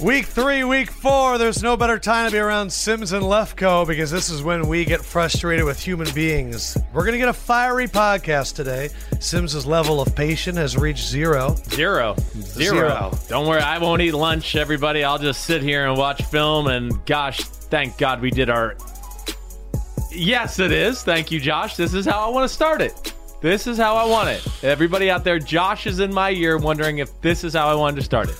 Week three, week four, there's no better time to be around Sims and Lefko because this is when we get frustrated with human beings. We're going to get a fiery podcast today. Sims's level of patience has reached zero. Zero. Zero. Zero. Don't worry, I won't eat lunch, everybody. I'll just sit here and watch film. And gosh, thank God we did our. Yes, it is. Thank you, Josh. This is how I want to start it. This is how I want it. Everybody out there, Josh is in my ear wondering if this is how I wanted to start it.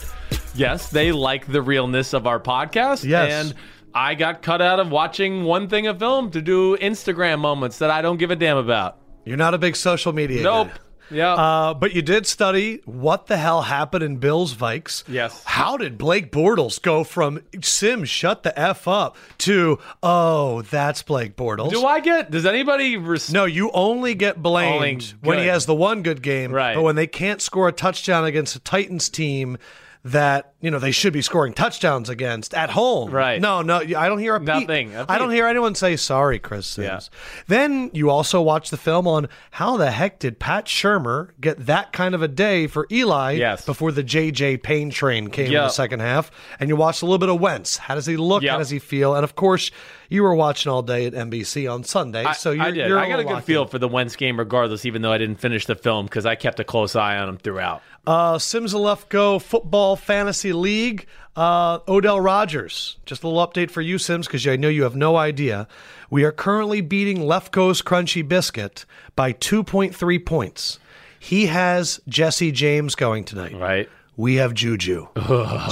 Yes, they like the realness of our podcast. Yes. And I got cut out of watching one thing of film to do Instagram moments that I don't give a damn about. You're not a big social media. Nope. guy. Yeah. Uh, but you did study what the hell happened in Bills Vikes. Yes. How did Blake Bortles go from Sim, shut the F up, to, oh, that's Blake Bortles? do I get? Does anybody? Res- No, you only get blamed Only when he good. has the one good game. Right. But when they can't score a touchdown against a Titans team that you know they should be scoring touchdowns against at home. Right. No, no, I don't hear a peep. Nothing, a I don't peep. hear anyone say sorry, Chris Sims. Yeah. Then you also watch the film on how the heck did Pat Shermer get that kind of a day for Eli Yes. before the JJ Payne train came in Yeah. the second half, and you watch a little bit of Wentz. How does he look? Yeah. How does he feel? And of course, you were watching all day at NBC on Sunday, I- so you're, I did. you're I got a little good locked feel in. for the Wentz game, regardless. Even though I didn't finish the film because I kept a close eye on him throughout. Uh, Sims and Lefko Football Fantasy League. Uh, Odell Rogers. Just a little update for you, Sims, because I know you have no idea. We are currently beating Lefko's Crunchy Biscuit by 2.3 points. He has Jesse James going tonight. Right? We have Juju.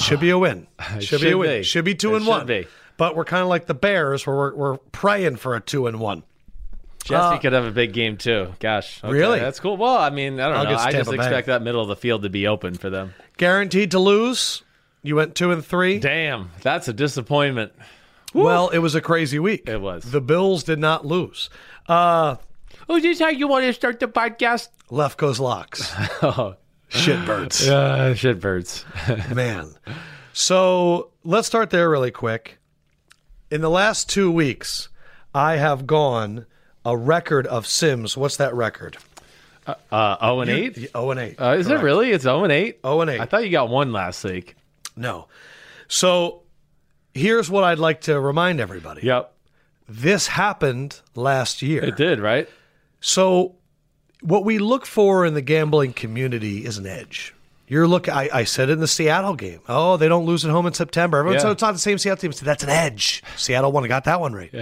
should be a win. Should, be a should win. be. Should be two It and should one. be. But we're kind of like the Bears, where we're, we're praying for a two and one. Jesse could have a big game too. Gosh, okay, Uh, Really? That's cool. Well, I mean, I don't know. against I just Tampa Bay. expect that middle of the field to be open for them. Guaranteed to lose. You went two and three. Damn, that's a disappointment. Well, it was a crazy week. It was. The Bills did not lose. Uh, Oh, is this how you want to start the podcast? Lefko's locks. Oh. Shitbirds. Uh, shitbirds. Man. So let's start there really quick. In the last two weeks, I have gone a record of Sims. What's that record? Uh, zero and eight. 0 and 8. Uh, is it really? It's zero and eight. 0 and 8. I thought you got one last week. no. So here's what I'd like to remind everybody Yep, this happened last year. it did. Right? So, what we look for in the gambling community is an edge. You're look. I, I said it in the Seattle game. Oh, they don't lose at home in September. Everyone Yeah. said it's not the same Seattle team. I said, That's an edge. Seattle won. Got that one right.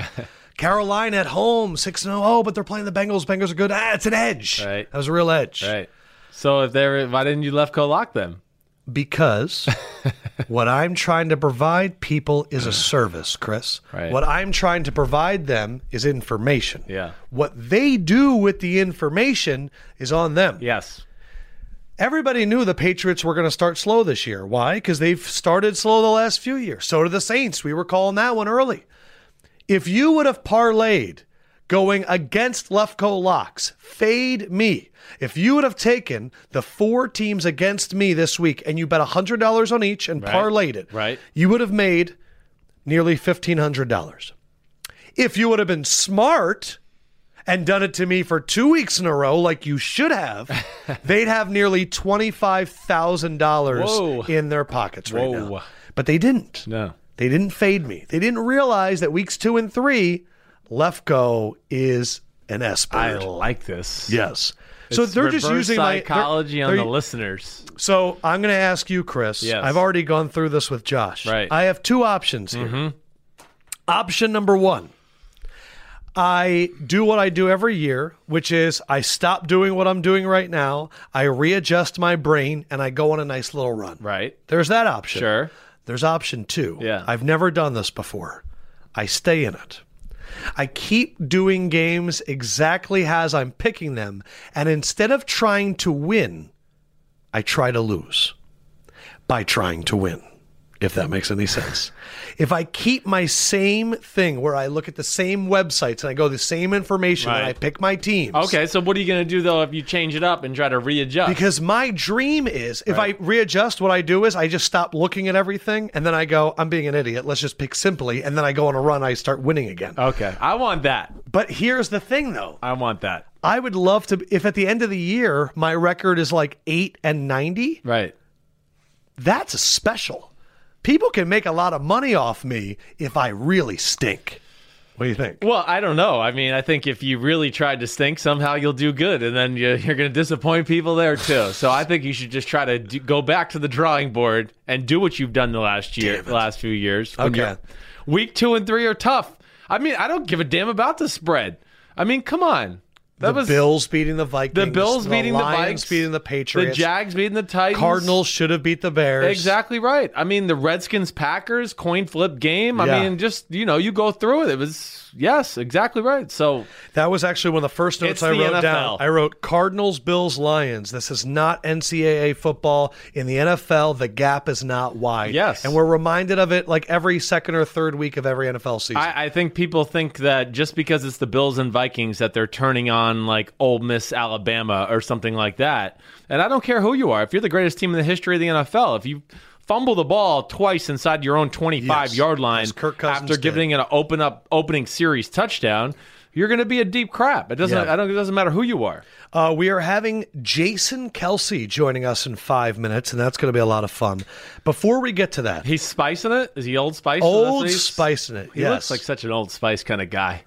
Carolina at home, six and oh, but they're playing the Bengals. Bengals are good. Ah, it's an edge. Right. That was a real edge Right. So if they're, why didn't you left co lock them? because what I'm trying to provide people is a service, Chris. Right. What I'm trying to provide them is information. Yeah. What they do with the information is on them. Yes. Everybody knew the Patriots were going to start slow this year. Why? Because they've started slow the last few years. So do the Saints. We were calling that one early. If you would have parlayed going against Lefko Locks, fade me. If you would have taken the four teams against me this week and you bet $100 on each and parlayed it, Right. you would have made nearly $1,500. If you would have been smart and done it to me for two weeks in a row, like you should have, they'd have nearly Whoa. $25,000 in their pockets right now. Whoa. But they didn't. No. They didn't fade me. They didn't realize that weeks two and three, Lefko is an S I bird. like this. Yes. so they're just Reverse using my- they're- psychology on they're- the listeners. So I'm going to ask you, Chris. Yes. I've already gone through this with Josh. Right. Mm-hmm. I have two options here. Option number one I do what I do every year, which is I stop doing what I'm doing right now, I readjust my brain, and I go on a nice little run. Right. There's that option. Sure. There's option two. Yeah. I've never done this before. I stay in it. I keep doing games exactly as I'm picking them. And instead of trying to win, I try to lose by trying to win. if that makes any sense. if I keep my same thing where I look at the same websites and I go the same information and Right. I pick my teams. Okay, so what are you going to do though if you change it up and try to readjust? Because my dream is if Right. I readjust, what I do is I just stop looking at everything and then I go, I'm being an idiot. Let's just pick simply. And then I go on a run. I start winning again. okay, I want that. But here's the thing though I want that. I would love to, if at the end of the year my record is like 8 and 90, Right. that's a special. People can make a lot of money off me if I really stink. What do you think? Well, I don't know. I mean, I think if you really tried to stink, somehow you'll do good, and then you- you're going to disappoint people there too. So I think you should just try to do, go back to the drawing board and do what you've done the last year, the last few years. when Okay. you're- Week two and three are tough. I mean, I don't give a damn about the spread. I mean, come on. That The was Bills beating the Vikings. the Bills beating the Lions Vikes, beating the Patriots. the Jags beating the Titans, Cardinals should have beat the Bears. Exactly right. I mean, the Redskins Packers coin flip game. I Yeah. mean, just you know, you go through it. It was yes, exactly right. So That was actually one of the first notes It's I the wrote NFL. down. I wrote Cardinals, Bills, Lions. This is not NCAA football. In the NFL, the gap is not wide. Yes. And we're reminded of it like every second or third week of every NFL season. I, I think people think that just because it's the Bills and Vikings that they're turning on like Ole Miss Alabama or something like that. And I don't care who you are. If you're the greatest team in the history of the NFL, if you fumble the ball twice inside your own 25 Yes, yard line as Kirk Cousins after did. giving it an open up opening series touchdown, you're going to be a deep crap. It doesn't. Yeah. I don't. It doesn't matter who you are. Uh, we are having Jason Kelsey joining us in five minutes, and that's going to be a lot of fun. Before we get to that, He's spicing it. Is he old spice? old That's what he's- spice in it. He yes. looks like such an old spice kind of guy.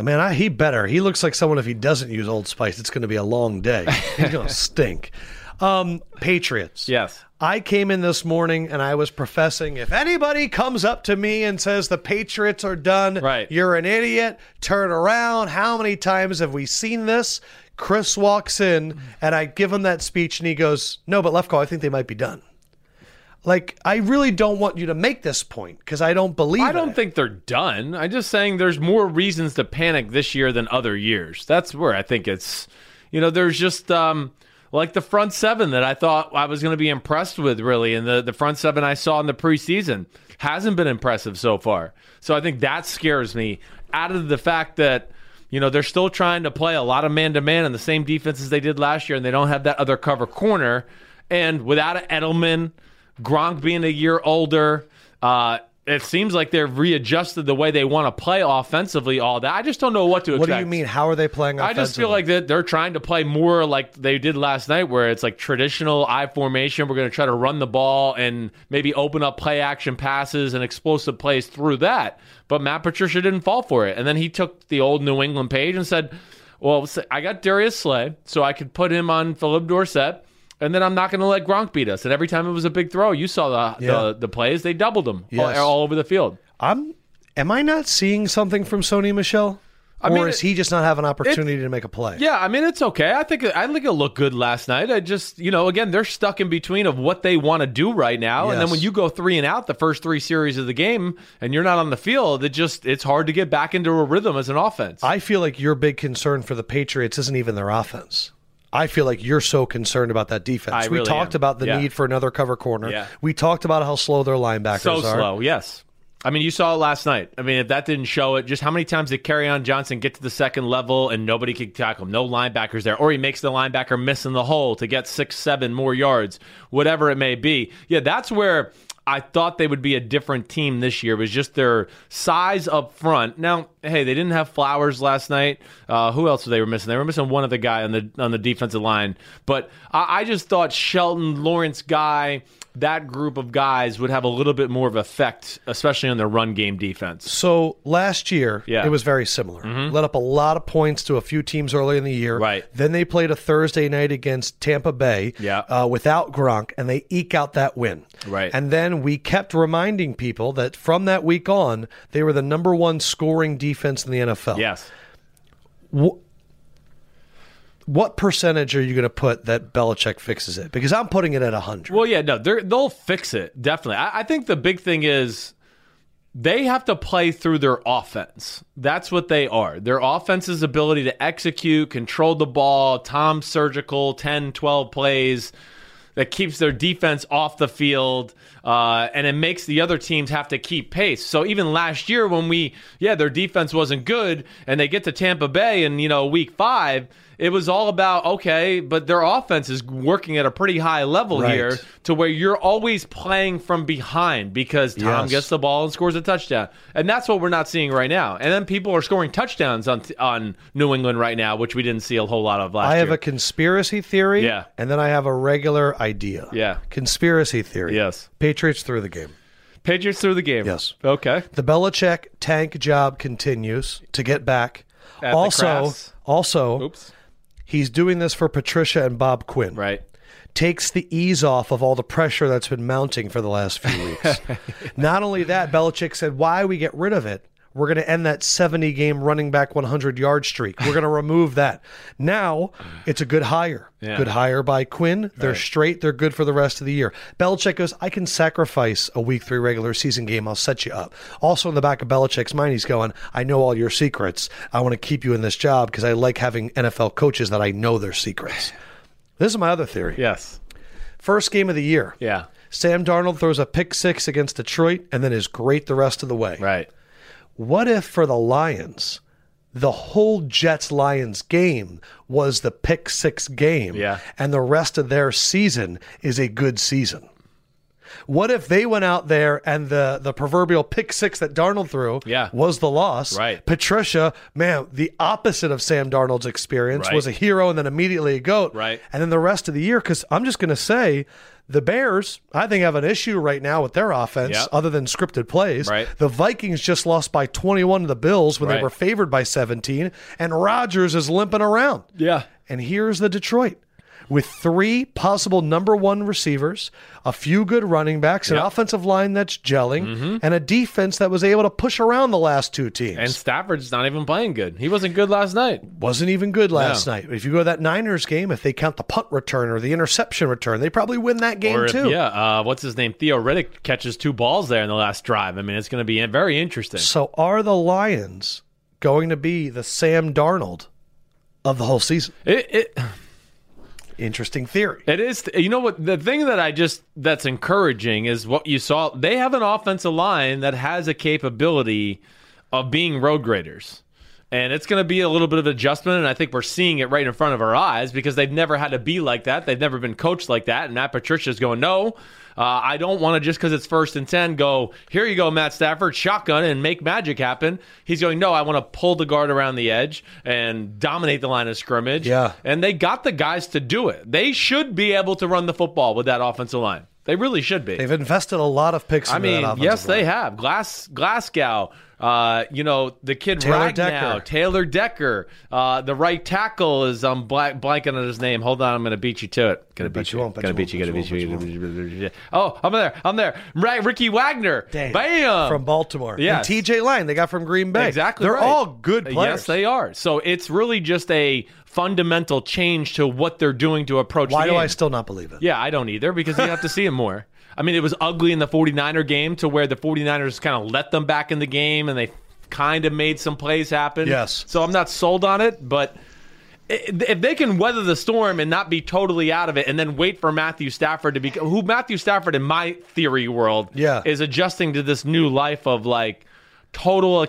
Man, I, he better. He looks like someone if he doesn't use Old Spice, it's going to be a long day. He's going to stink. Um, Patriots. Yes. I came in this morning and I was professing if anybody comes up to me and says the Patriots are done, Right. you're an idiot, turn around. How many times have we seen this? Chris walks in and I give him that speech and he goes, No, but Lefko, I think they might be done. Like, I really don't want you to make this point because I don't believe I in don't it. think they're done. I'm just saying there's more reasons to panic this year than other years. That's where I think it's, you know, there's just um, like the front seven that I thought I was going to be impressed with, really. And the, the front seven I saw in the preseason hasn't been impressive so far. So I think that scares me out of the fact that. You know, they're still trying to play a lot of man to man in the same defenses they did last year, and they don't have that other cover corner. And without an Edelman, Gronk being a year older, uh, it seems like they've readjusted the way they want to play offensively, all that. I just don't know what to What expect. do you mean? How are they playing I just offensively? feel like that they're trying to play more like they did last night, where it's like traditional I formation. We're going to try to run the ball and maybe open up play action passes and explosive plays through that. But Matt Patricia didn't fall for it, and then he took the old New England page and said, "Well, I got Darius Slay, so I could put him on Philip Dorsett." And then I'm not going to let Gronk beat us. And every time it was a big throw, you saw the Yeah. the, the plays. They doubled them Yes. all, all over the field. I'm. Am I not seeing something from Sony Michelle? or mean, is it- he just not have an opportunity to make a play? Yeah, I mean it's okay. I think I think it looked good last night. I just you know again they're stuck in between of what they want to do right now, and then Yes. when you go three and out the first three series of the game, and you're not on the field, it just it's hard to get back into a rhythm as an offense. I feel like your big concern for the Patriots isn't even their offense. I feel like you're so concerned about that defense. I we really talked am. about the Yeah. need for another cover corner. Yeah. We talked about how slow their linebackers so are. slow, yes. I mean you saw it last night. I mean if that didn't show it, just how many times did on Johnson get to the second level and nobody could tackle him? No linebackers there, or he makes the linebacker miss in the hole to get six, seven more yards, whatever it may be. Yeah, that's where. I thought they would be a different team this year. It was just their size up front. Now, hey, they didn't have Flowers last night. Uh, who else were they were missing? They were missing one other guy on the on the defensive line. But I, I just thought Shelton, Lawrence, Guy, that group of guys would have a little bit more of effect, especially on their run game defense. So last year, Yeah. Mm-hmm. it was very similar. Let up a lot of points to a few teams early in the year. Right. Then they played a Thursday night against Tampa Bay Yeah. uh, without Gronk, and they eke out that win. Right. And then we kept reminding people that from that week on, they were the number one scoring defense in the NFL. Yes. Wh- what percentage are you going to put that Belichick fixes it? Because I'm putting it at 100. Well, yeah, no, they're, they'll fix it definitely. I, I think the big thing is they have to play through their offense. That's what they are. Their offense's ability to execute, control the ball, Tom surgical, 10, 12 plays. that keeps their defense off the field, uh, and it makes the other teams have to keep pace. So even last year, when we, yeah, their defense wasn't good, and they get to Tampa Bay in you know week five, it was all about okay, but their offense is working at a pretty high level Right. here to where you're always playing from behind because Tom Yes. gets the ball and scores a touchdown, and that's what we're not seeing right now. And then people are scoring touchdowns on on New England right now, which we didn't see a whole lot of last I year. have a conspiracy theory, Yeah. and then I have a regular idea. Yeah. Conspiracy theory. Yes. Patriots through the game. Patriots through the game. Yes. Okay. The Belichick tank job continues to get back. At the also, crafts. also, Oops. he's doing this for Patricia and Bob Quinn. Right. takes the ease off of all the pressure that's been mounting for the last few weeks. Not only that, Belichick said, why we get rid of it, we're going to end that 70 game running back 100 yard streak. We're going to remove that. Now it's a good hire. Yeah. Good hire by Quinn. They're straight. They're good for the rest of the year. Belichick goes, I can sacrifice a week three regular season game. I'll set you up. Also, in the back of Belichick's mind, he's going, I know all your secrets. I want to keep you in this job because I like having NFL coaches that I know their secrets. This is my other theory. Yes. First game of the year. Yeah. Sam Darnold throws a pick six against Detroit and then is great the rest of the way. Right. What if for the Lions, the whole Jets Lions game was the pick six game Yeah. and the rest of their season is a good season? What if they went out there and the, the proverbial pick six that Darnold threw Yeah. was the loss? Right. Patricia, man, the opposite of Sam Darnold's experience Right. was a hero and then immediately a goat. Right. And then the rest of the year, because I'm just going to say the Bears, I think, have an issue right now with their offense Yeah. other than scripted plays. Right. The Vikings just lost by 21 to the Bills when they Right. were favored by 17, and Rodgers is limping around. Yeah. And here's the Detroit with three possible number one receivers, a few good running backs, an Yeah. offensive line that's gelling, Mm-hmm. and a defense that was able to push around the last two teams. And Stafford's not even playing good. He wasn't good last night. wasn't even good last No. night. If you go to that Niners game, if they count the punt return or the interception return, they probably win that game Or if- too. yeah, uh, what's his name? Theo Riddick catches two balls there in the last drive. I mean, it's going to be very interesting. So are the Lions going to be the Sam Darnold of the whole season? It, it Interesting theory. it is. You know what? The thing that I just that's encouraging is what you saw. They have an offensive line that has a capability of being road graders. And it's going to be a little bit of adjustment, and I think we're seeing it right in front of our eyes because they've never had to be like that. They've never been coached like that. And Matt Patricia's going, no, uh, I don't want to just because it's first and ten go here you go, Matt Stafford, shotgun and make magic happen. He's going, no, I want to pull the guard around the edge and dominate the line of scrimmage. Yeah. and they got the guys to do it. They should be able to run the football with that offensive line. They really should be. They've invested a lot of picks. I into mean, that offensive yes, line. they have Glass Glasgow. Uh, you know the kid Taylor Ragnow, Decker. Taylor Decker. Uh, the right tackle is I'm bla- blanking on his name. Hold on, I'm going to beat you to it. Going to Bet beat you you. won't, bet Going to you beat you. won't, Going bet to you beat you. Oh, I'm there. I'm there. Right, Ricky Wagner. Damn. Bam. from Baltimore. Yes. And TJ Line, they got from Green Bay. Exactly. They're right. all good players. Yes, they are. So it's really just a fundamental change to what they're doing to approach. Why the do game. I still not believe it? Yeah, I don't either because you have to see him more. I mean, it was ugly in the 49er game to where the 49ers kind of let them back in the game and they kind of made some plays happen. Yes. So I'm not sold on it, but i- if they can weather the storm and not be totally out of it and then wait for Matthew Stafford to be who Matthew Stafford in my theory world Yeah. is adjusting to this new life of like total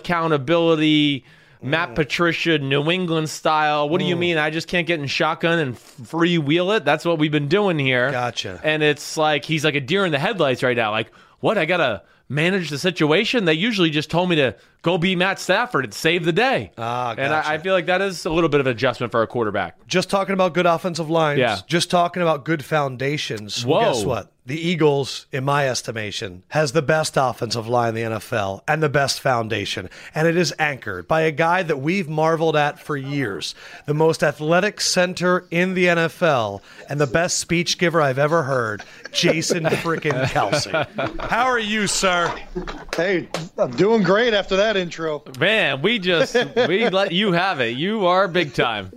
accountability Mm. Matt Patricia, New England style. What do you mean? I just can't get in shotgun and freewheel it. That's what we've been doing here. Gotcha. And it's like he's like a deer in the headlights right now. Like, what? I gotta manage the situation. They usually just told me to go be Matt Stafford and save the day. Ah, And gotcha. I, I feel like that is a little bit of adjustment for a quarterback. Just talking about good offensive lines. Yeah. Just talking about good foundations. Well, Whoa. guess what? The Eagles, in my estimation, has the best offensive line in the NFL and the best foundation. And it is anchored by a guy that we've marveled at for years, the most athletic center in the NFL and the best speech giver I've ever heard, Jason freaking Kelsey. How are you, sir? Hey, I'm doing great after that intro. Man, we just we let you have it. You are big time.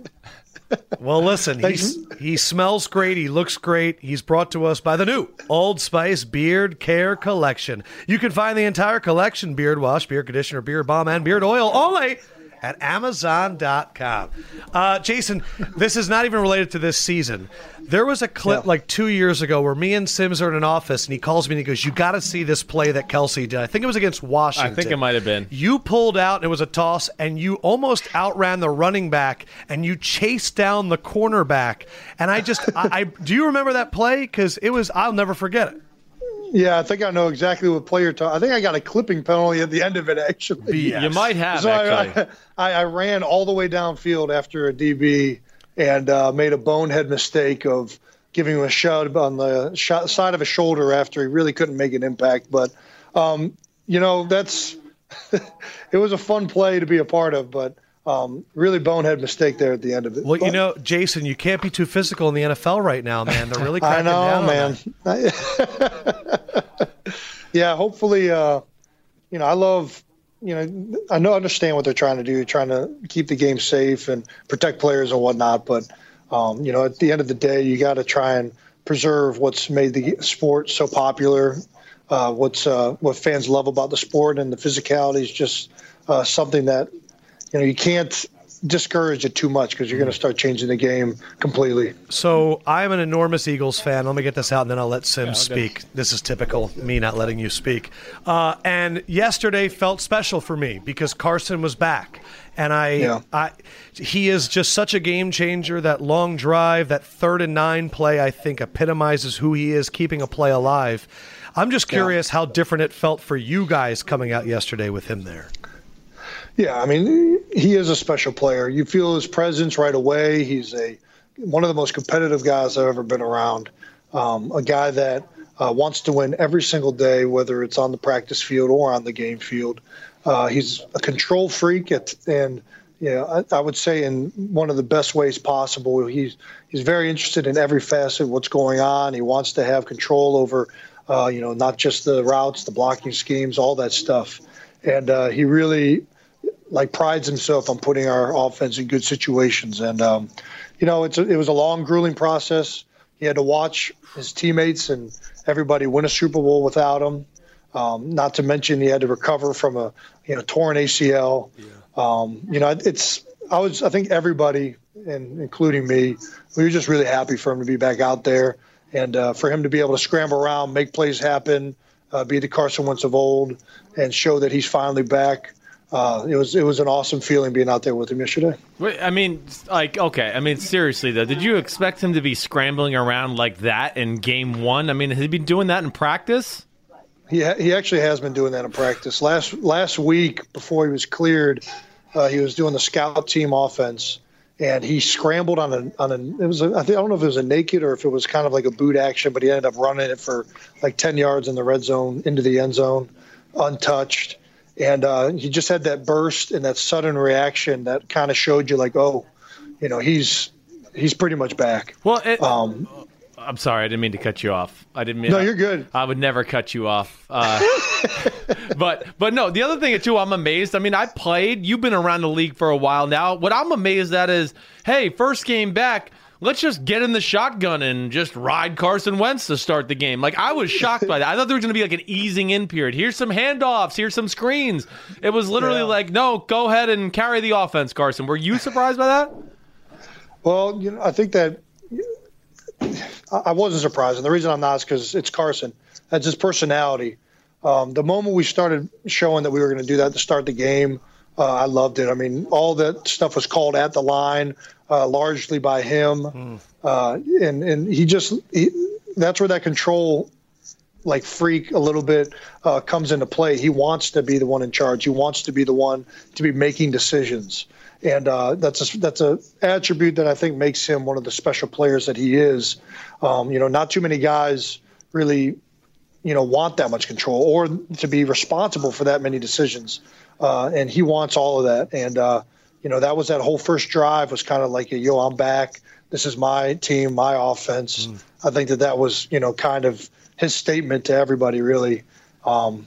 Well, listen, he's, he smells great. He looks great. He's brought to us by the new Old Spice Beard Care Collection. You can find the entire collection beard wash, beard conditioner, beard balm, and beard oil only at Amazon.com. Uh, Jason, this is not even related to this season. There was a clip Yeah. like two years ago where me and Sims are in an office, and he calls me and he goes, "You got to see this play that Kelsey did. I think it was against Washington. I think it might have been. You pulled out and it was a toss, and you almost outran the running back, and you chased down the cornerback. And I just, I, I do you remember that play? Because it was, I'll never forget it. Yeah, I think I know exactly what player talk. I think I got a clipping penalty at the end of it, actually. BS. You might have So actually. I, I, I ran all the way downfield after a DB and uh, made a bonehead mistake of giving him a shove on the shot, side of his shoulder after he really couldn't make an impact. But, um, you know, that's it was a fun play to be a part of, but um, really bonehead mistake there at the end of it. Well, you But- know, Jason, you can't be too physical in the NFL right now, man. They're really I cracking down on know, man. that. yeah, hopefully, uh, you know, I love, you know, I know, I understand what they're trying to do, trying to keep the game safe and protect players and whatnot. But, um, you know, at the end of the day, you got to try and preserve what's made the sport so popular, uh, what's uh, what fans love about the sport, and the physicality is just uh, something that, you know, you can't discourage it too much because you're going Mm. to start changing the game completely. So I'm an enormous Eagles fan. Let me get this out, and then I'll let Sims okay. speak. This is typical me not letting you speak. Uh, and yesterday felt special for me because Carson was back, and I, Yeah. I, he is just such a game changer. That long drive, that third and nine play, I think epitomizes who he is, keeping a play alive. I'm just curious how different it felt for you guys coming out yesterday with him there. Yeah, I mean, he is a special player. You feel his presence right away. He's a one of the most competitive guys I've ever been around. Um, a guy that uh, wants to win every single day, whether it's on the practice field or on the game field. Uh, he's a control freak, at, and you know, I, I would say in one of the best ways possible. He's he's very interested in every facet of what's going on. He wants to have control over, uh, you know, not just the routes, the blocking schemes, all that stuff. And uh, he really like prides himself on putting our offense in good situations. And um, you know, it's a, it was a long, grueling process. He had to watch his teammates and everybody win a Super Bowl without him. Um, not to mention, he had to recover from a you know torn ACL. Um, you know, it's I was I think everybody, and including me, we were just really happy for him to be back out there and uh, for him to be able to scramble around, make plays happen, uh, be the Carson Wentz of old, and show that he's finally back. Uh, it was it was an awesome feeling being out there with him yesterday. Wait, I mean, like, okay. I mean, seriously though, did you expect him to be scrambling around like that in game one? I mean, has he been doing that in practice? He ha- he actually has been doing that in practice. Last last week before he was cleared, uh, he was doing the scout team offense, and he scrambled on a on a it was a, I, think, I don't know if it was a naked or if it was kind of like a boot action, but he ended up running it for like ten yards in the red zone into the end zone, untouched, and uh, he just had that burst and that sudden reaction that kind of showed you like oh, you know he's he's pretty much back. Well, it, Um, I'm sorry, I didn't mean to cut you off. I didn't mean. No, you're good. I would never cut you off. Uh, but but no, the other thing too, I'm amazed. I mean, I played. You've been around the league for a while now. What I'm amazed at is, hey, first game back. Let's just get in the shotgun and just ride Carson Wentz to start the game. Like I was shocked by that. I thought there was going to be like an easing in period. Here's some handoffs. Here's some screens. It was literally Yeah. like, no, go ahead and carry the offense, Carson. Were you surprised by that? Well, you know, I think that I I wasn't surprised, and the reason I'm not is because it's Carson. That's his personality. Um, the moment we started showing that we were going to do that to start the game, uh, I loved it. I mean, all that stuff was called at the line, uh, largely by him, uh, and and he just he, that's where that control like freak a little bit uh, comes into play. He wants to be the one in charge. He wants to be the one to be making decisions, and uh, that's a, that's a attribute that I think makes him one of the special players that he is. Um, you know, not too many guys really, you know, want that much control or to be responsible for that many decisions, uh, and he wants all of that. And uh, you know, that was that whole first drive was kind of like, a, yo, I'm back. This is my team, my offense. I think that that was, you know, kind of his statement to everybody, really. Um,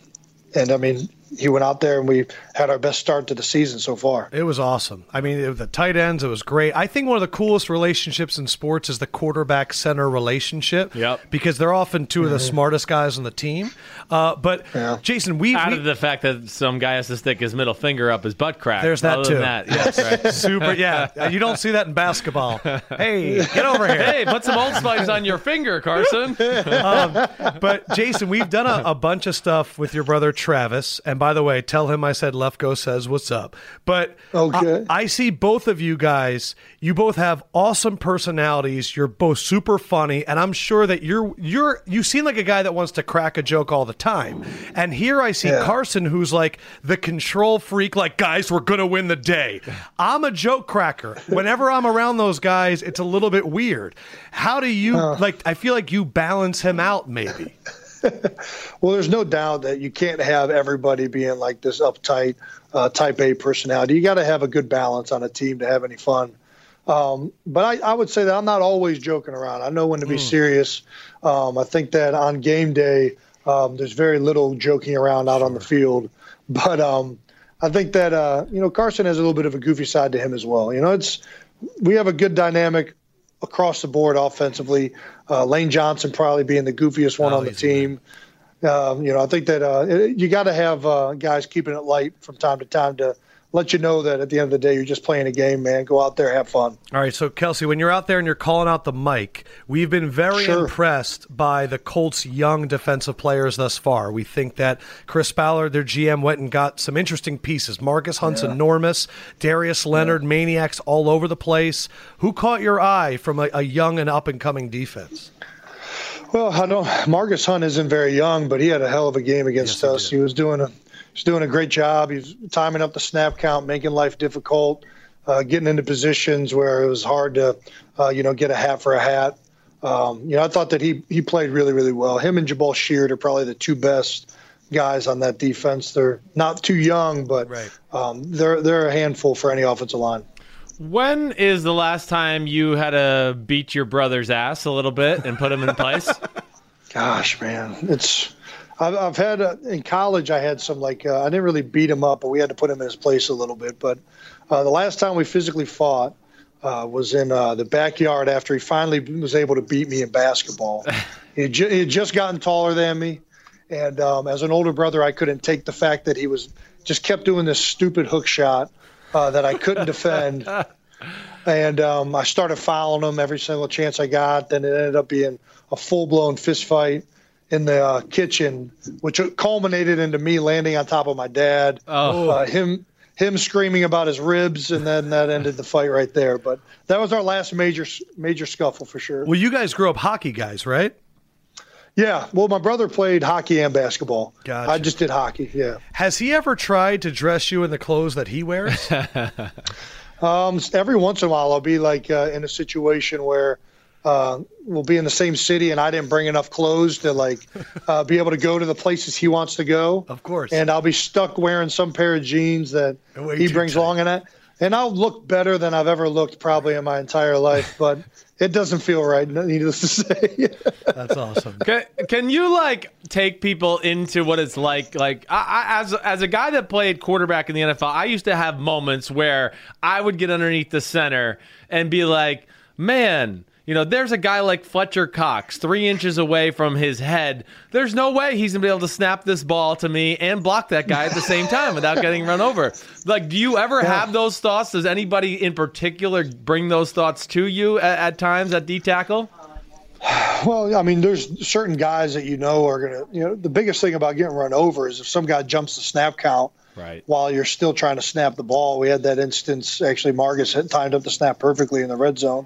and I mean, he went out there and we had our best start to the season so far. It was awesome. I mean, it, the tight ends, it was great. I think one of the coolest relationships in sports is the quarterback center relationship. Yep. Because they're often 2 of the smartest guys on the team. Uh, but Yeah. Jason, we, Out we- of the fact that some guy has to stick his middle finger up his butt crack. There's that Other than too. that, yes, right. super. Yeah, you don't see that in basketball. Hey, get over here. hey, put some old spice on your finger, Carson. But Jason, we've done a, a bunch of stuff with your brother Travis, and by the way, tell him I said Lefko says what's up. But Okay. I, I see both of you guys. You both have awesome personalities. You're both super funny, and I'm sure that you're you're you seem like a guy that wants to crack a joke all the time. And here I see Yeah. Carson, who's like the control freak. Like, guys, we're gonna win the day. I'm a joke cracker. Whenever I'm around those guys, it's a little bit weird. How do you like? I feel like you balance him out, maybe. Well, there's no doubt that you can't have everybody being like this uptight, uh, type A personality. You got to have a good balance on a team to have any fun. Um, but I, I would say that I'm not always joking around. I know when to be serious. Um, I think that on game day, um, there's very little joking around out on the field. But um, I think that uh, you know Carson has a little bit of a goofy side to him as well. You know, it's we have a good dynamic across the board offensively. Uh, Lane Johnson probably being the goofiest one on the he's team. Um, you know, I think that uh, it- you got to have uh, guys keeping it light from time to time to let you know that at the end of the day you're just playing a game, man. Go out there, have fun. All right, so Kelsey, when you're out there and you're calling out the mic, we've been very Sure. impressed by the Colts' young defensive players thus far. We think that Chris Ballard, their GM, went and got some interesting pieces. Marcus Hunt's enormous, Darius Leonard, maniacs all over the place. Who caught your eye from a, a young and up and coming defense? Well, I don't. Marcus Hunt isn't very young, but he had a hell of a game Yes, against he us. did. He was doing a he's doing a great job. He's timing up the snap count, making life difficult, uh, getting into positions where it was hard to, uh, you know, get a hat for a hat. Um, you know, I thought that he he played really really well. Him and Jabal Sheard are probably the two best guys on that defense. They're not too young, but Right. um, they're they're a handful for any offensive line. When is the last time you had to beat your brother's ass a little bit and put him in place? Gosh, man, it's. I've, I've had uh, in college. I had some like uh, I didn't really beat him up, but we had to put him in his place a little bit. But uh, the last time we physically fought uh, was in uh, the backyard after he finally was able to beat me in basketball. he, had ju- he had just gotten taller than me, and um, as an older brother, I couldn't take the fact that he was just kept doing this stupid hook shot uh, that I couldn't defend and um, I started fouling him every single chance I got. Then it ended up being a full blown fist fight in the uh, kitchen, which culminated into me landing on top of my dad. Oh. Uh, him him screaming about his ribs, and then that ended the fight right there. But that was our last major major scuffle for sure. Well, you guys grew up hockey guys, right? yeah. Well, my brother played hockey and basketball. Gotcha. I just did hockey. Yeah. Has he ever tried to dress you in the clothes that he wears? Um, every once in a while, I'll be like uh, in a situation where uh, we'll be in the same city, and I didn't bring enough clothes to like uh, be able to go to the places he wants to go. Of course. And I'll be stuck wearing some pair of jeans that Way he too brings tight. along, and I and I'll look better than I've ever looked probably in my entire life, but it doesn't feel right. Needless to say. That's awesome. Can, can you like take people into what it's like? Like I, I, as as a guy that played quarterback in the NFL, I used to have moments where I would get underneath the center and be like, man. You know, there's a guy like Fletcher Cox, three inches away from his head. There's no way he's gonna be able to snap this ball to me and block that guy at the same time without getting run over. Like, do you ever have those thoughts? Does anybody in particular bring those thoughts to you at, at times at D tackle? Well, I mean, there's certain guys that you know are gonna. You know, the biggest thing about getting run over is if some guy jumps the snap count Right. while you're still trying to snap the ball. We had that instance actually. Marcus had timed up the snap perfectly in the red zone,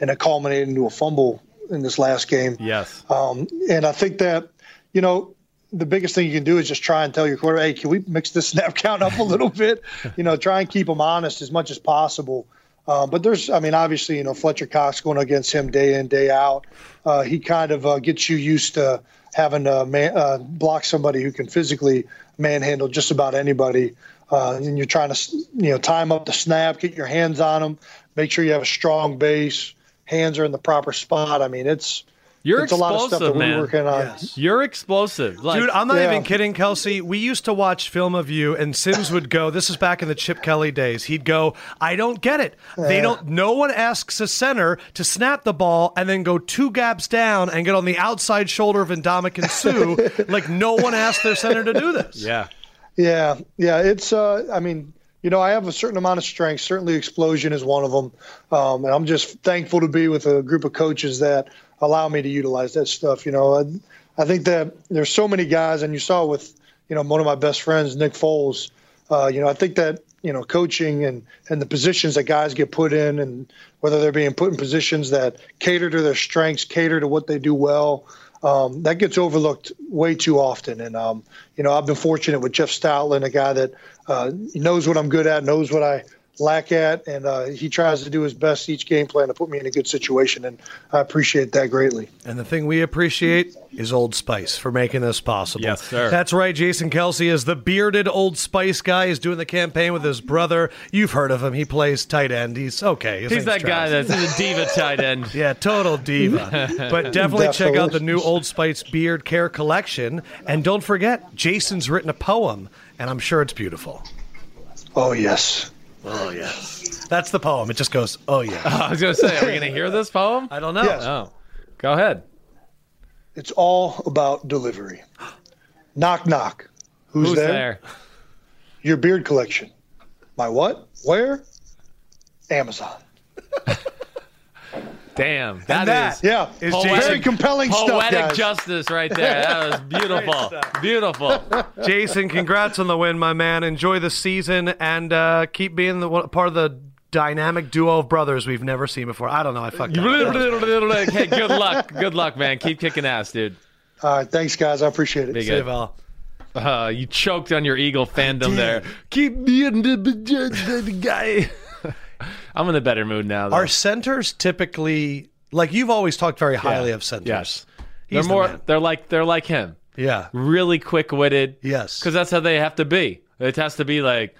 and it culminated into a fumble in this last game. Yes. Um, and I think that, you know, the biggest thing you can do is just try and tell your quarterback, hey, can we mix this snap count up a little bit? You know, try and keep them honest as much as possible. Uh, but there's, I mean, obviously, you know, Fletcher Cox going against him day in, day out. Uh, he kind of uh, gets you used to having to man, uh, block somebody who can physically manhandle just about anybody. Uh, and you're trying to, you know, time up the snap, get your hands on them, make sure you have a strong base, hands are in the proper spot. I mean, it's, You're it's a lot of stuff that explosive, man. we're working on. Yes. You're explosive. Like, Dude, I'm not Yeah. even kidding, Kelsey. We used to watch film of you, and Sims would go. This is back in the Chip Kelly days. He'd go, "I don't get it. They don't. No one asks a center to snap the ball and then go two gaps down and get on the outside shoulder of Indomik and Sue. like no one asked their center to do this. yeah. Yeah, yeah. It's uh, I mean, you know, I have a certain amount of strength. Certainly, explosion is one of them, um, and I'm just thankful to be with a group of coaches that allow me to utilize that stuff. You know, I, I think that there's so many guys, and you saw with you know one of my best friends, Nick Foles. Uh, you know, I think that you know coaching and and the positions that guys get put in, and whether they're being put in positions that cater to their strengths, cater to what they do well um, that gets overlooked way too often. And um, you know, I've been fortunate with Jeff Stoutland, a guy that uh, knows what I'm good at, knows what I lack at, and uh, he tries to do his best each game plan to put me in a good situation. And I appreciate that greatly. And the thing we appreciate is Old Spice for making this possible. Yes, sir. That's right. Jason Kelsey is the bearded Old Spice guy. He's doing the campaign with his brother. You've heard of him. He plays tight end. He's okay. His He's name's that guy Travis. that's he's a diva tight end. Yeah, total diva. but definitely check out the Definitions. new Old Spice Beard Care Collection. And don't forget, Jason's written a poem, and I'm sure it's beautiful. Oh yes. Oh, yes. That's the poem. It just goes, oh, yeah. I was gonna say, are we gonna hear this poem? I don't know. Yes. Oh, go ahead. It's all about delivery. Knock, knock. Who's, Who's there? there? Your beard collection. My what? Where? Amazon. Damn, that that is Yeah. Is Poetic- very compelling stuff, poetic guys. justice right there. That was beautiful, beautiful. Jason, congrats on the win, my man. Enjoy the season and uh, keep being the one- part of the dynamic duo of brothers we've never seen before. I don't know. I fucked up. hey, good luck, good luck, man. Keep kicking ass, dude. All right. Thanks, guys. I appreciate it. Big Hey, Val. Uh, you choked on your Eagle fandom there. Keep being the, the, the, the guy. I'm in a better mood now. Though. Are centers typically, like you've always talked very highly of centers? yes, He's they're the more. man. they're like they're like him. Yeah. Really quick witted. Yes. because that's how they have to be. It has to be like,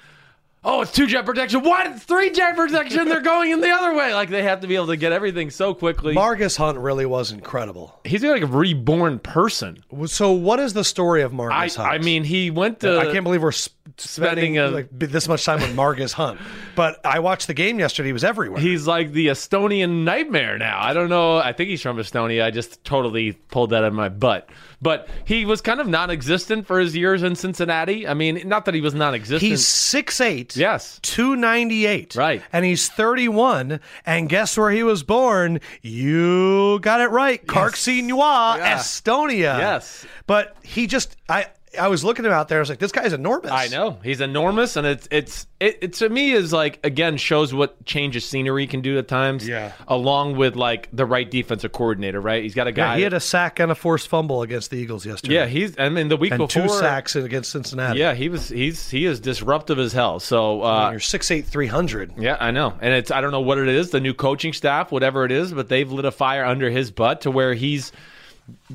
oh, it's two jet protection. What? It's three jet protection. They're going in the other way. Like they have to be able to get everything so quickly. Margus Hunt really was incredible. He's like a reborn person. So, what is the story of Margus I, Hunt? I mean, he went to. I can't believe we're sp- spending, Spending a- like, b- this much time on Margus Hunt. But I watched the game yesterday; he was everywhere. He's like the Estonian nightmare now. I don't know. I think he's from Estonia. I just totally pulled that out of my butt. But he was kind of non-existent for his years in Cincinnati. I mean, not that he was non-existent. he's six eight. yes. 298. Right. And he's 31. And guess where he was born? You got it right. Karksi Noir, Estonia. Yes. But he just, I, I was looking him out there. I was like, this guy's enormous. I know he's enormous, and it's it's it, it to me is like again shows what change of scenery can do at times. Yeah. along with like the right defensive coordinator, right? He's got a Yeah, guy. he had a sack and a forced fumble against the Eagles yesterday. yeah, he's I mean the week And before two sacks against Cincinnati. Yeah, he was he's he is disruptive as hell. So And uh, You're 6'8, 300. yeah, I know, and it's I don't know what it is, the new coaching staff, whatever it is, but they've lit a fire under his butt to where he's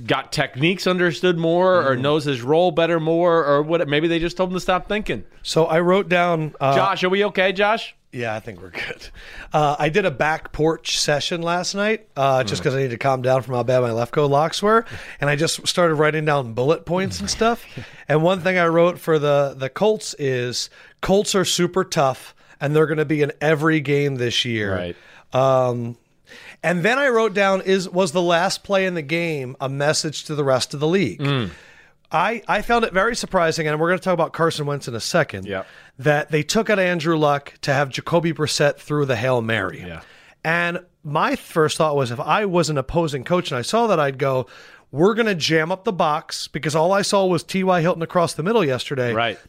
got techniques understood more Mm-hmm. or knows his role better more or what maybe they just told him to stop thinking. So I wrote down. Uh, Josh, are we okay, Josh? Yeah, I think we're good. Uh, I did a back porch session last night uh, just because I needed to calm down from how bad my left go locks were, and I just started writing down bullet points and stuff. and one thing I wrote for the the Colts is Colts are super tough, and they're going to be in every game this year. Right. Um, and then I wrote down is was the last play in the game a message to the rest of the league. Mm. I, I found it very surprising, and we're going to talk about Carson Wentz in a second. Yep. That they took out Andrew Luck to have Jacoby Brissett through the Hail Mary. Yeah. And my first thought was if I was an opposing coach and I saw that, I'd go, we're going to jam up the box because all I saw was T.Y. Hilton across the middle yesterday. Right.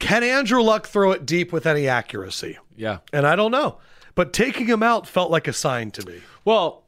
Can Andrew Luck throw it deep with any accuracy? Yeah. And I don't know. But taking him out felt like a sign to me. Well,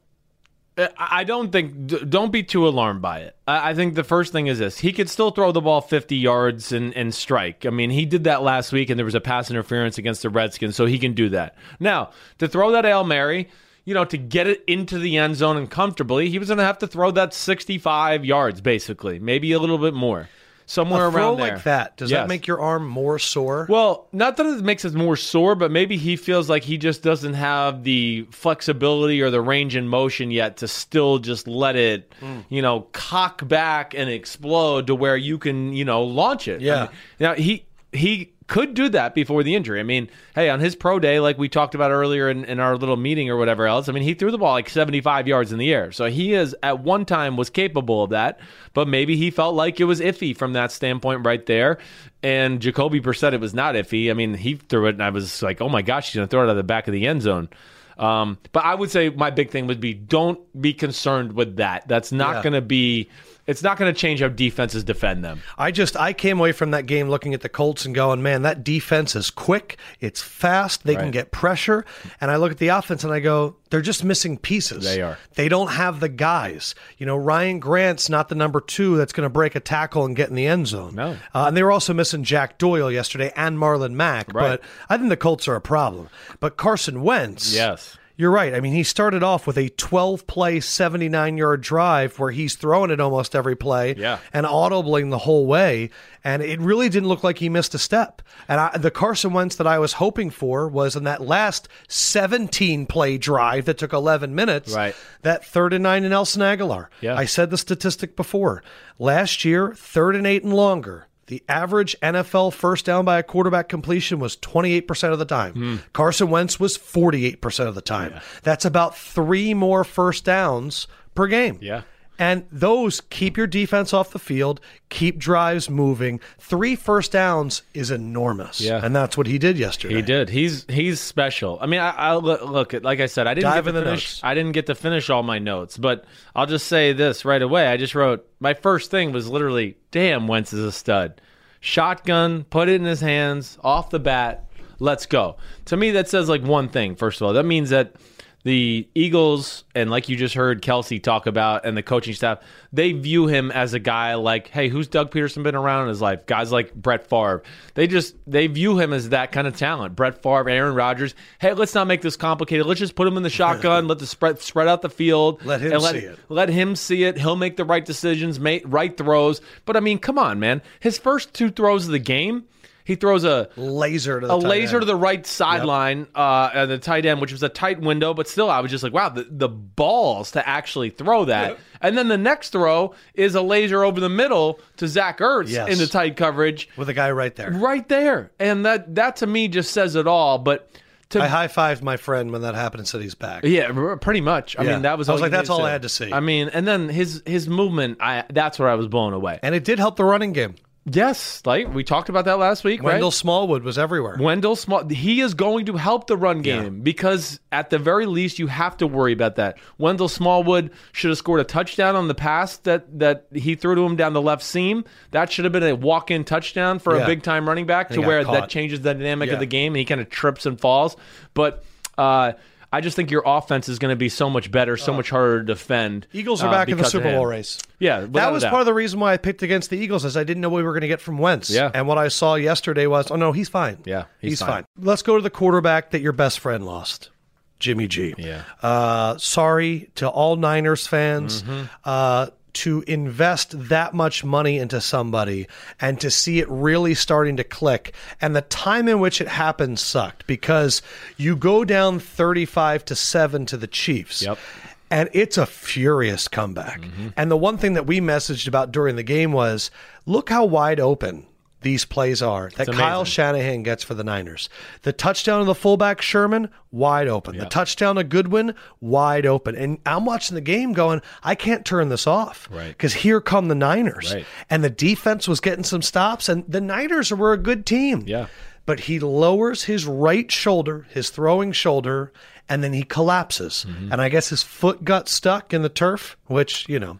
I I don't think. d- Don't be too alarmed by it. I I think the first thing is this: he could still throw the ball fifty yards and, and strike. I mean, he did that last week, and there was a pass interference against the Redskins, so he can do that. Now, to throw that hail mary, you know, to get it into the end zone and comfortably, he was going to have to throw that sixty-five yards, basically, maybe a little bit more. somewhere a throw around there. like that. Does Yes. that make your arm more sore? Well, not that it makes us more sore, but maybe he feels like he just doesn't have the flexibility or the range in motion yet to still just let it, you know, cock back and explode to where you can, you know, launch it. I Yeah. mean, now he he could do that before the injury. I mean, hey, on his pro day, like we talked about earlier in, in our little meeting or whatever else, I mean, he threw the ball like 75 yards in the air. So he is at one time was capable of that, but maybe he felt like it was iffy from that standpoint right there. And Jacoby Brissett, it was not iffy. I mean, he threw it, and I was like, oh my gosh, he's gonna throw it out of the back of the end zone. Um, but I would say my big thing would be don't be concerned with that. That's not Yeah. gonna be. It's not going to change how defenses defend them. I just I came away from that game looking at the Colts and going, man, that defense is quick, it's fast, they can Right. get pressure. And I look at the offense and I go, they're just missing pieces. They are. They don't have the guys. You know, Ryan Grant's not the number two that's going to break a tackle and get in the end zone. No. Uh, and they were also missing Jack Doyle yesterday and Marlon Mack. Right. But I think the Colts are a problem. But Carson Wentz. Yes. You're right. I mean, he started off with a 12 play, 79 yard drive where he's throwing it almost every play Yeah. and audibling the whole way. And it really didn't look like he missed a step. And I, the Carson Wentz that I was hoping for was in that last 17 play drive that took 11 minutes, Right. that third and nine in Nelson Aguilar. Yeah. I said the statistic before. Last year, third and eight and longer. The average NFL first down by a quarterback completion was 28% of the time. Hmm. Carson Wentz was 48% of the time. That's about three more first downs per game. Yeah. And those keep your defense off the field, keep drives moving. Three first downs is enormous. Yeah. And that's what he did yesterday. He did. He's he's special. I mean, I, I look look, like I said, I didn't Dive get to in the finish. notes. I didn't get to finish all my notes, but I'll just say this right away. I just wrote my first thing was literally, damn, Wentz is a stud. Shotgun, put it in his hands off the bat. Let's go. To me, that says like one thing. First of all, that means that the Eagles and like you just heard Kelsey talk about and the coaching staff, they view him as a guy like, hey, who's Doug Peterson been around in his life? Guys like Brett Favre. They just they view him as that kind of talent. Brett Favre, Aaron Rodgers. Hey, let's not make this complicated. Let's just put him in the shotgun, let the spread spread out the field. Let him and see it. let him see it. He'll make the right decisions, make right throws. But I mean, come on, man. His first two throws of the game, he throws a Laser to the a tight laser end. to the right sideline uh, at the tight end, which was a tight window, but still, I was just like, wow, the, the balls to actually throw that. And then the next throw is a laser over the middle to Zach Ertz Yes. in the tight coverage, with a guy right there. right there. And that that to me just says it all. But to I high fived my friend when that happened and said he's back. yeah, r- pretty much. I Yeah. mean, that was. I was all like, you that's needed all I had to see. I mean, and then his his movement. I that's where I was blown away. And it did help the running game. Yes, like we talked about that last week, right? Wendell Smallwood was everywhere. Wendell Small, he is going to help the run game because at the very least you have to worry about that. Wendell Smallwood should have scored a touchdown on the pass that that he threw to him down the left seam. That should have been a walk-in touchdown for a Yeah. big time running back to he got where that caught. changes the dynamic of Yeah. the game and he kind of trips and falls. But uh, I just think your offense is going to be so much better, so much harder to defend. Uh-huh. Eagles are uh, back in the because of Super Bowl him. race. Yeah, That was part of the reason why I picked against the Eagles, is I didn't know what we were going to get from Wentz. Yeah. And what I saw yesterday was, oh no, he's fine. Yeah, he's he's, fine. fine. Let's go to the quarterback that your best friend lost, Jimmy G. Yeah. Uh, sorry to all Niners fans. Mm-hmm. Uh, to invest that much money into somebody and to see it really starting to click. And the time in which it happened sucked because you go down 35 to 7 to the Chiefs. Yep. Mm-hmm. And it's a furious comeback. And the one thing that we messaged about during the game was look how wide open these plays are that Kyle Shanahan gets for the Niners. The touchdown of the fullback Sherman, wide open. The touchdown of Goodwin, wide open. And I'm watching the game going, I can't turn this off. Right. Because here come the Niners. Right. And the defense was getting some stops, and the Niners were a good team. Yeah. But he lowers his right shoulder, his throwing shoulder, and then he collapses. Mm-hmm. And I guess his foot got stuck in the turf, which, you know,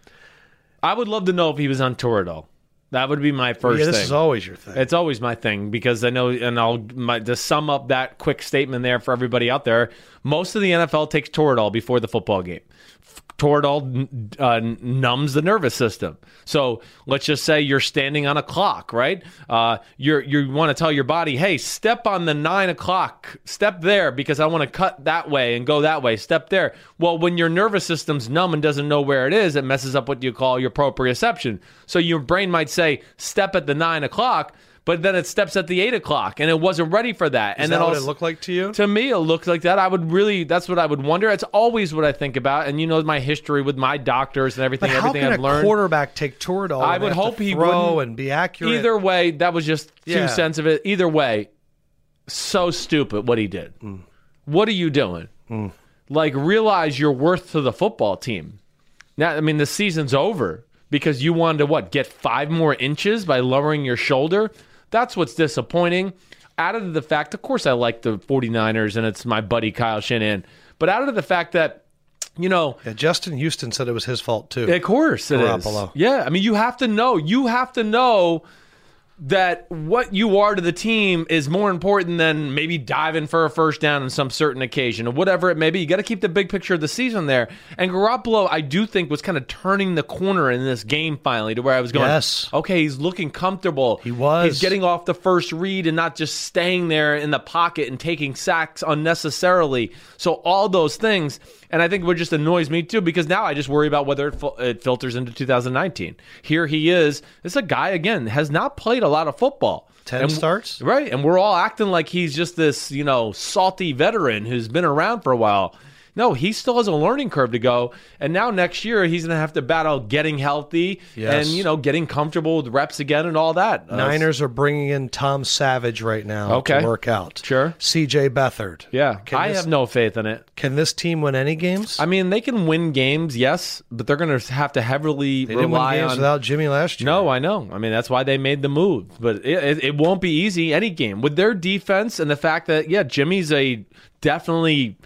I would love to know if he was on tour at all. That would be my first. yeah, this thing. is always your thing. It's always my thing because I know, and I'll my, to sum up that quick statement there for everybody out there. Most of the NFL takes Toradol before the football game. F- Toradol uh, numbs the nervous system. So let's just say you're standing on a clock, right? Uh, you're, you want to tell your body, hey, step on the nine o'clock, step there because I want to cut that way and go that way, step there. Well, when your nervous system's numb and doesn't know where it is, it messes up what you call your proprioception. So your brain might say, step at the nine o'clock. But then it steps at the eight o'clock, and it wasn't ready for that. Is and that then all what it looked like to you? to me it looked like that i would really that's what i would wonder it's always what i think about and you know my history with my doctors and everything But how everything can i've a learned quarterback take Toradol? I and would have to hope he throw wouldn't and be accurate. either way that was just Yeah. two cents of it either way so stupid what he did Mm. what are you doing like realize your worth to the football team now i mean the season's over because you wanted to what get five more inches by lowering your shoulder that's what's disappointing out of the fact of course i like the 49ers and it's my buddy kyle shanahan but out of the fact that you know Yeah, Justin Houston said it was his fault too. of course it is. Garoppolo. Yeah, I mean you have to know. You have to know that what you are to the team is more important than maybe diving for a first down on some certain occasion or whatever it may be. You got to keep the big picture of the season there. And Garoppolo, I do think, was kind of turning the corner in this game finally to where I was going, Yes. okay, he's looking comfortable. He was. He's getting off the first read and not just staying there in the pocket and taking sacks unnecessarily. So all those things, and I think what just annoys me too, because now I just worry about whether it, fil- it filters into 2019. Here he is. This is a guy again has not played a lot of football. Ten And- starts? right? And we're all acting like he's just this you know salty veteran who's been around for a while. No, he still has a learning curve to go, and now next year he's going to have to battle getting healthy Yes. and you know getting comfortable with reps again and all that. Uh, Niners are bringing in Tom Savage right now Okay. to work out. Sure. CJ Beathard. Yeah, Can I this- have no faith in it. Can this team win any games? I mean, they can win games, yes, but they're going to have to heavily they didn't win rely games on. without Jimmy last year. no, I know. I mean, that's why they made the move, but it, it, it won't be easy any game with their defense and the fact that yeah, Jimmy's a definitely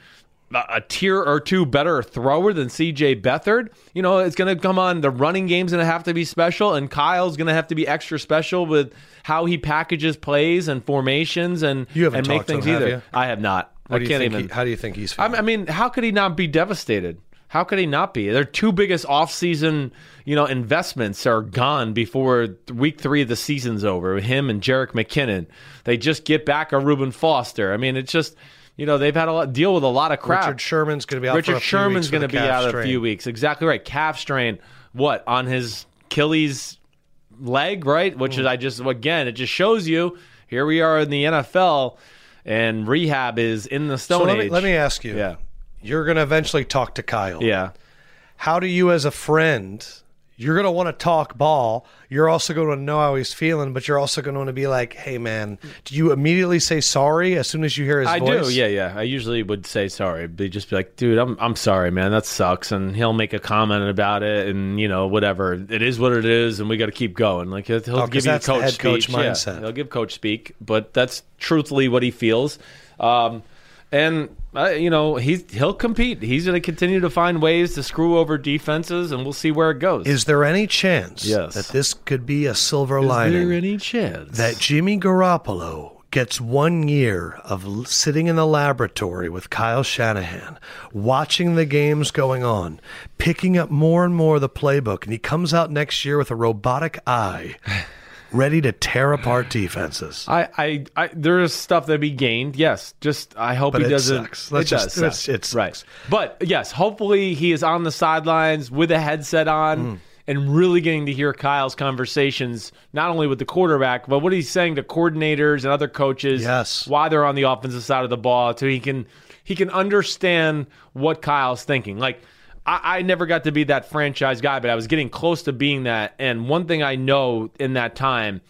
a a tier or two better thrower than CJ Beathard. You know, it's going to come on the running game's going to have to be special, and Kyle's going to have to be extra special with how he packages plays and formations and You haven't and make talked to him, things have either. you? I have not. What do I you can't think even. he- how do you think he's feeling? I I mean, how could he not be devastated? How could he not be? Their two biggest offseason, you know, investments are gone before th- week three of the season's over. Him and Jarek McKinnon. They just get back a Reuben Foster. I mean, it's just, you know, they've had a lot deal with a lot of crap. Richard Sherman's going to be out. Richard for a few Sherman's weeks with going to a be calf out a strain. few weeks. Exactly right. Calf strain. What on his Achilles leg, right? Which Mm. is I just again, it just shows you. Here we are in the NFL, and rehab is in the stone So let age. me, let me ask you. Yeah. You're going to eventually talk to Kyle. yeah. How do you, as a friend, you're going to want to talk ball. You're also going to know how he's feeling, but you're also going to want to be like, hey, man, do you immediately say sorry as soon as you hear his I voice? do, yeah, yeah. I usually would say sorry, but just be like, dude, I'm I'm sorry, man, that sucks. And he'll make a comment about it, and you know, whatever. It is what it is, and we got to keep going. Like he'll he'll Oh, 'cause give you that's the coach head coach speech. Yeah, mindset. he'll give coach speak, but that's truthfully what he feels. Um, and uh, you know, he's he'll compete. He's going to continue to find ways to screw over defenses, and we'll see where it goes. Is there any chance Yes. that this could be a silver Is lining? there any chance that Jimmy Garoppolo gets one year of l- sitting in the laboratory with Kyle Shanahan, watching the games going on, picking up more and more of the playbook, and he comes out next year with a robotic eye, ready to tear apart defenses. I, I, I, there is stuff that be gained. Yes, just I hope But he it doesn't. sucks. Let's it just- does. let's- suck. it sucks. right. But yes, hopefully he is on the sidelines with a headset Mm. on and really getting to hear Kyle's conversations, not only with the quarterback, but what he's saying to coordinators and other coaches. Yes. while they're on the offensive side of the ball, so he can he can understand what Kyle's thinking. Like. I I never got to be that franchise guy, but I was getting close to being that. And one thing I know in that time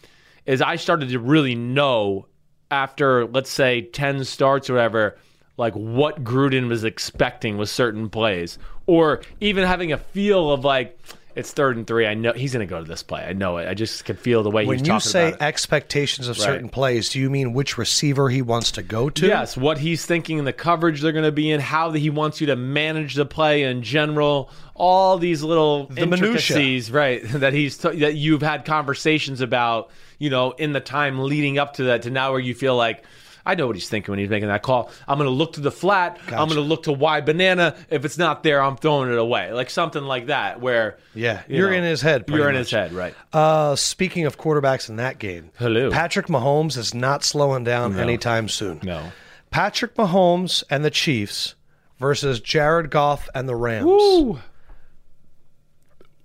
is I started to really know after let's say 10 starts or whatever like what Gruden was expecting with certain plays or even having a feel of like it's third and 3 I know he's going to go to this play I know it I just can feel the way when he's you talking say about it. expectations of certain plays, do you mean which receiver he wants to go to? Yes, what he's thinking and the coverage they're going to be in, how he wants you to manage the play in general, all these little minutia. intricacies, right? That he's that you've had conversations about, you know, in the time leading up to that, to now where you feel like, I know what he's thinking when he's making that call. I'm going to look to the flat. I'm going to look to wide banana. If it's not there, I'm throwing it away. Like something like that, where Yeah, you you're know, in his head. pretty You're in much. his head, right? Uh, speaking of quarterbacks in that game, Hello. Patrick Mahomes is not slowing down anytime soon. No. Patrick Mahomes and the Chiefs versus Jared Goff and the Rams.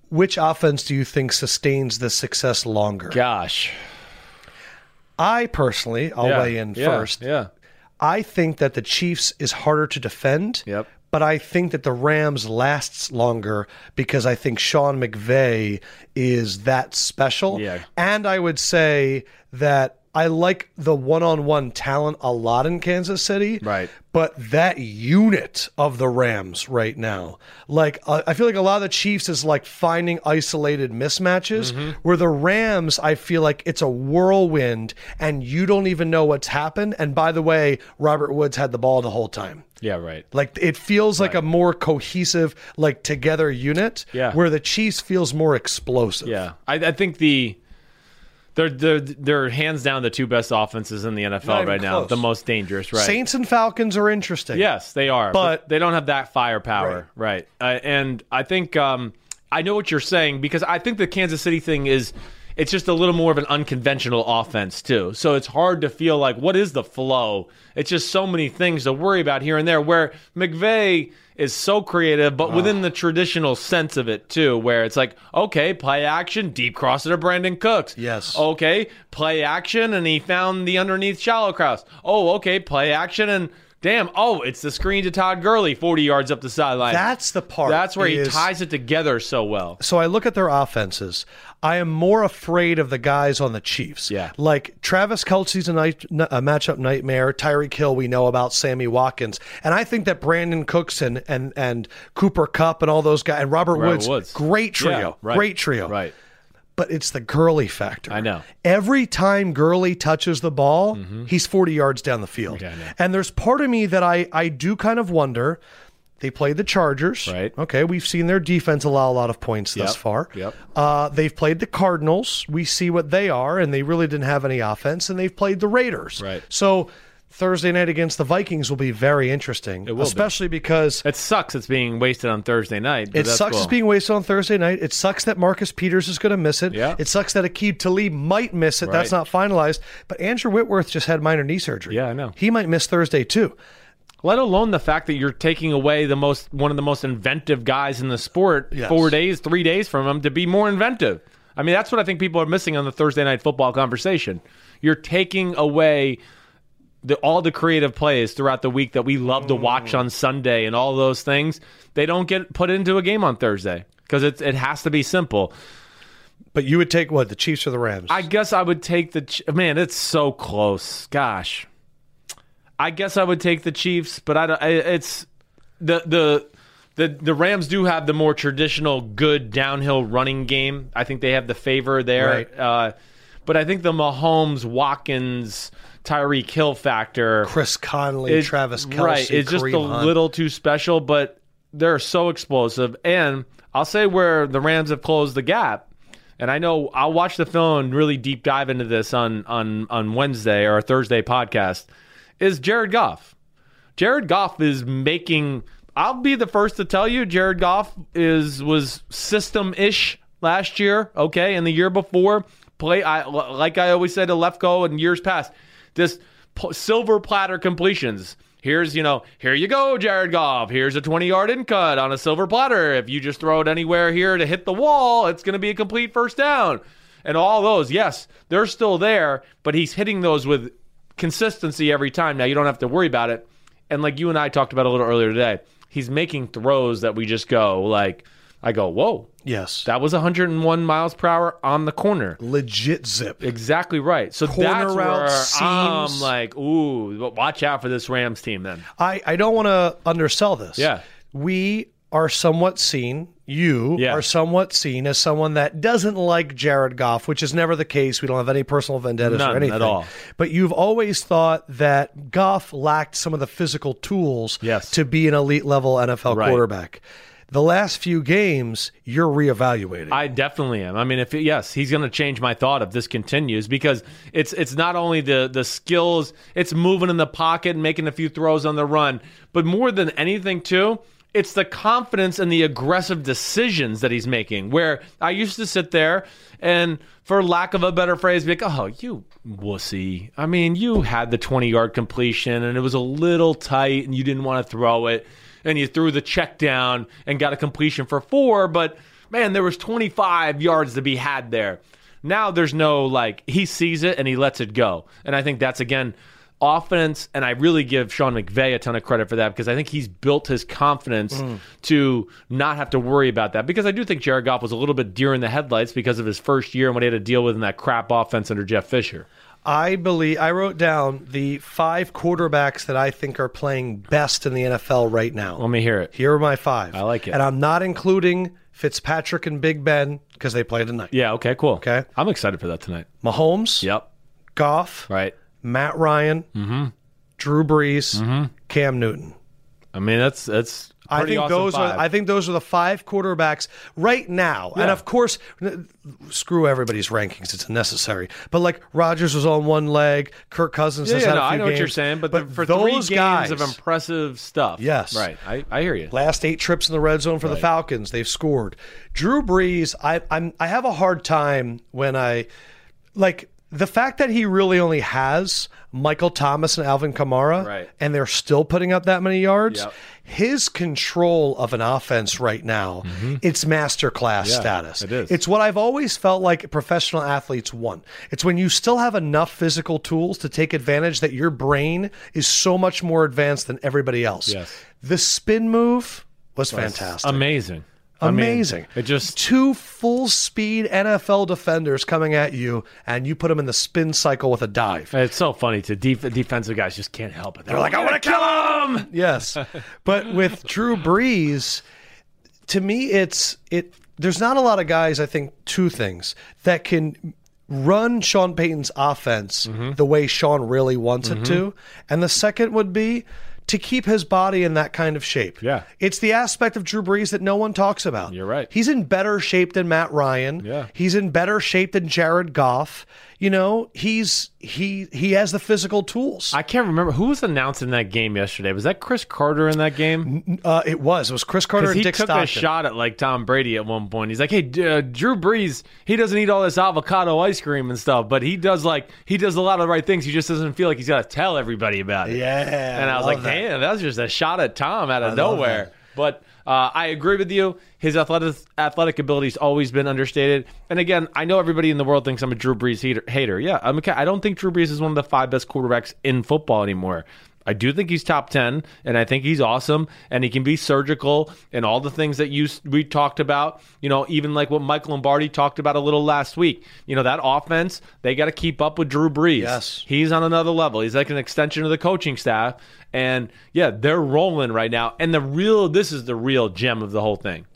Which offense do you think sustains the success longer? Gosh. I personally, I'll weigh in yeah, first. Yeah. I think that the Chiefs is harder to defend. Yep. But I think that the Rams lasts longer because I think Sean McVay is that special. Yeah. And I would say that I like the one-on-one talent a lot in Kansas City. Right. But that unit of the Rams right now, like uh, I feel like a lot of the Chiefs is like finding isolated mismatches, Mm-hmm. where the Rams, I feel like it's a whirlwind and you don't even know what's happened. And by the way, Robert Woods had the ball the whole time. Yeah. Right. Like it feels like a more cohesive, like together unit. Yeah. Where the Chiefs feels more explosive. Yeah, I, I think the they're they're they're hands down the two best offenses in the Not NFL even right now, close. the most dangerous. Right? Saints and Falcons are interesting. yes, they are, But- they don't have that firepower, right? Uh, and I think um, I know what you're saying because I think the Kansas City thing is. It's just a little more of an unconventional offense too, so it's hard to feel like what is the flow. It's just so many things to worry about here and there. Where McVay is so creative, but within the traditional sense of it too, where it's like, okay, play action, deep cross it to Brandon Cooks. Oh, Yes. Okay, play action, and he found the underneath shallow cross. Oh, okay, play action, and damn, oh, it's the screen to Todd Gurley, 40 yards up the sideline. That's the part. That's where he is- ties it together so well. So I look at their offenses. I am more afraid of the guys on the Chiefs. Yeah. Like Travis Kelsey's a, night, a matchup nightmare. Tyreek Hill, we know about Sammy Watkins. And I think that Brandon Cooks and, and, and Cooper Cup and all those guys and Robert, Robert Woods, Woods. great trio. Yeah, right. Great trio. Right. But it's the Gurley factor. I know. Every time Gurley touches the ball, he's 40 yards down the field. Mm-hmm. I know. and there's part of me that I, I do kind of wonder. They played the Chargers. Right. Okay, we've seen their defense allow a lot of points thus Yep, far. yep. Uh, they've played the Cardinals. We see what they are, and they really didn't have any offense. And they've played the Raiders. Right. So Thursday night against the Vikings will be very interesting, will be. especially because It sucks it's being wasted on Thursday night. but it that's sucks cool. it's being wasted on Thursday night. It sucks that Marcus Peters is going to miss it. Yeah. It sucks that Akib Talib might miss it. That's Right. not finalized. But Andrew Whitworth just had minor knee surgery. Yeah, I know. He might miss Thursday too. Let alone the fact that you're taking away the most one of the most inventive guys in the sport Yes. four days, three days from him to be more inventive. I mean, that's what I think people are missing on the Thursday night football conversation. You're taking away the, all the creative plays throughout the week that we love to watch on Sunday and all those things. They don't get put into a game on Thursday because it it has to be simple. But you would take what the Chiefs or the Rams? I guess I would take the Ch- man. It's so close. Gosh, I guess I would take the Chiefs, but I don't. I, it's the the. The, the Rams do have the more traditional good downhill running game. I think they have the favor there. Right. Uh, but I think the Mahomes, Watkins, Tyreek Hill factor Chris Conley, it- Travis Kelsey, Right, it's just Kareem a Hunt. little too special, but they're so explosive. And I'll say where the Rams have closed the gap. And I know I'll watch the film and really deep dive into this on on on Wednesday or Thursday podcast. Is Jared Goff? Jared Goff is making. I'll be the first to tell you, Jared Goff is was system ish last year. Okay, and the year before, play. I like I always said to Lefko in years past, this p- silver platter completions. Here's you know, here you go, Jared Goff. Here's a 20 yard in cut on a silver platter. If you just throw it anywhere here to hit the wall, it's going to be a complete first down. And all those, yes, they're still there, but he's hitting those with consistency every time. Now you don't have to worry about it. And like you and I talked about a little earlier today, he's making throws that we just go like, I go, whoa, yes, that was 101 miles per hour on the corner. legit zip. Exactly right. So Corner that's route, where I'm seams. like, ooh, w- watch out for this Rams team then. I, I don't want to undersell this. Yeah. We are somewhat seen, you Yeah. are somewhat seen as someone that doesn't like Jared Goff, which is never the case. We don't have any personal vendettas None or at anything. all. But you've always thought that Goff lacked some of the physical tools Yes. to be an elite level NFL Right. quarterback. the last few games, you're reevaluating. I definitely am. I mean, if yes, he's going to change my thought if this continues because it's it's not only the the skills, it's moving in the pocket and making a few throws on the run, but more than anything too, it's the confidence and the aggressive decisions that he's making. Where I used to sit there and, for lack of a better phrase, be like, "Oh, you wussy! I mean, you had the 20 yard completion and it was a little tight and you didn't want to throw it." and you threw the check down and got a completion for four, but man, there was 25 yards to be had there. Now there's no like he sees it and he lets it go. And I think that's again offense and I really give Sean McVay a ton of credit for that because I think he's built his confidence mm. to not have to worry about that. Because I do think Jared Goff was a little bit deer in the headlights because of his first year and what he had to deal with in that crap offense under Jeff Fisher. I believe I wrote down the five quarterbacks that I think are playing best in the NFL right now. Let me hear it. Here are my five. I like it. And I'm not including Fitzpatrick and Big Ben because they play tonight. Yeah, okay, cool. Okay. I'm excited for that tonight. Mahomes. Yep. Goff. Right. Matt Ryan. Mm-hmm. Drew Brees. Mm-hmm. Cam Newton. I mean, that's that's I think awesome those five. are. I think those are the five quarterbacks right now. Yeah. And of course, screw everybody's rankings; it's unnecessary. But like Rogers was on one leg, Kirk Cousins yeah, has yeah, had no, a few I know games, what you're saying, but, but the, for three those games guys of impressive stuff. Yes. right. I, I hear you. Last eight trips in the red zone for the Right. Falcons, they've scored. Drew Brees, I, I'm I have a hard time when I like the fact that he really only has Michael Thomas and Alvin Kamara, Right. and they're still putting up that many yards. Yep. His control of an offense right now, it's masterclass status. Mm-hmm. it is. It's what I've always felt like professional athletes want. It's when you still have enough physical tools to take advantage that your brain is so much more advanced than everybody else. Yes. The spin move was fantastic. Amazing. I mean, Amazing. it just Two full speed NFL defenders coming at you, and you put them in the spin cycle with a dive. it's so funny to def- defensive guys just can't help it. They're like, like, I want to kill him. Yes, but with Drew Brees, to me, it's it. There's not a lot of guys. I think two things that can run Sean Payton's offense Mm-hmm. the way Sean really wants it to, and the second would be to keep his body in that kind of shape. Yeah. it's the aspect of Drew Brees that no one talks about. You're right. He's in better shape than Matt Ryan. Yeah. He's in better shape than Jared Goff. You know, he's he he has the physical tools. I can't remember who was announcing that game yesterday. Was that Chris Carter in that game? uh, it was it was Chris Carter 'Cause and he Dick took Stockton. a shot at like Tom Brady at one point. He's like, "Hey, D- uh, Drew Brees, he doesn't eat all this avocado ice cream and stuff, but he does like he does a lot of the right things. He just doesn't feel like he's got to tell everybody about it." Yeah. and I was love like, that. "Damn, that was just a shot at Tom out of nowhere." But uh, I agree with you. His athletic athletic ability's always been understated. And again, I know everybody in the world thinks I'm a Drew Brees hater. hater. Yeah, I'm okay. I don't think Drew Brees is one of the five best quarterbacks in football anymore. I do think he's top ten, and I think he's awesome, and he can be surgical and all the things that you s- we talked about. You know, even like what Michael Lombardi talked about a little last week. You know, that offense they got to keep up with Drew Brees. Yes. He's on another level. He's like an extension of the coaching staff. And yeah, they're rolling right now. And the real this is the real gem of the whole thing.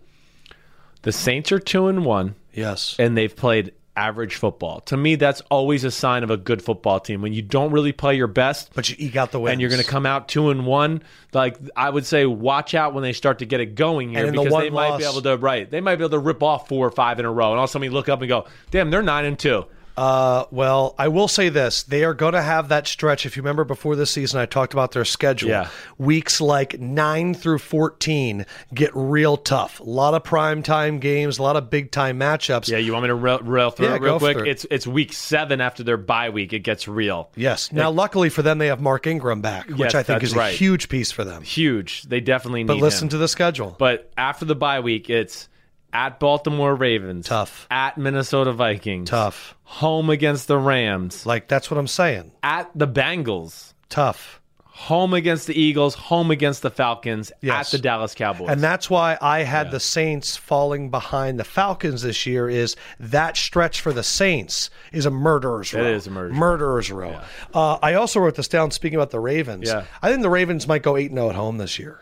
The Saints are two and one Yes. and they've played average football. To me, that's always a sign of a good football team. When you don't really play your best but you eke out the wins. and you're going to come out two and one. Like I would say, watch out when they start to get it going here And in the because one they might be loss- able to right. They might be able to rip off four or five in a row, and all of a sudden you look up and go, "Damn, they're nine and two. Uh, well, I will say this: they are going to have that stretch. If you remember before this season, I talked about their schedule. Yeah. Weeks like nine through fourteen get real tough. A lot of prime time games, a lot of big time matchups. Yeah, you want me to rail, rail through Yeah, it real go quick? for it. It's it's week seven after their bye week. It gets real. Yes. Now, luckily for them, they have Mark Ingram back, Yes, which I think that's is right. a huge piece for them. Huge. They definitely need But listen him. to the schedule. But after the bye week, it's at Baltimore Ravens, Tough. At Minnesota Vikings, tough. Home against the Rams, Like that's what I'm saying. at the Bengals, Tough. home against the Eagles, home against the Falcons, Yes. at the Dallas Cowboys. And that's why I had the Saints falling behind the Falcons this year. Is that stretch for the Saints is a murderer's row? is a murderer's row. murderer's row. Uh, I also wrote this down. Speaking about the Ravens, Yeah. I think the Ravens might go eight eight zero at oh home this year.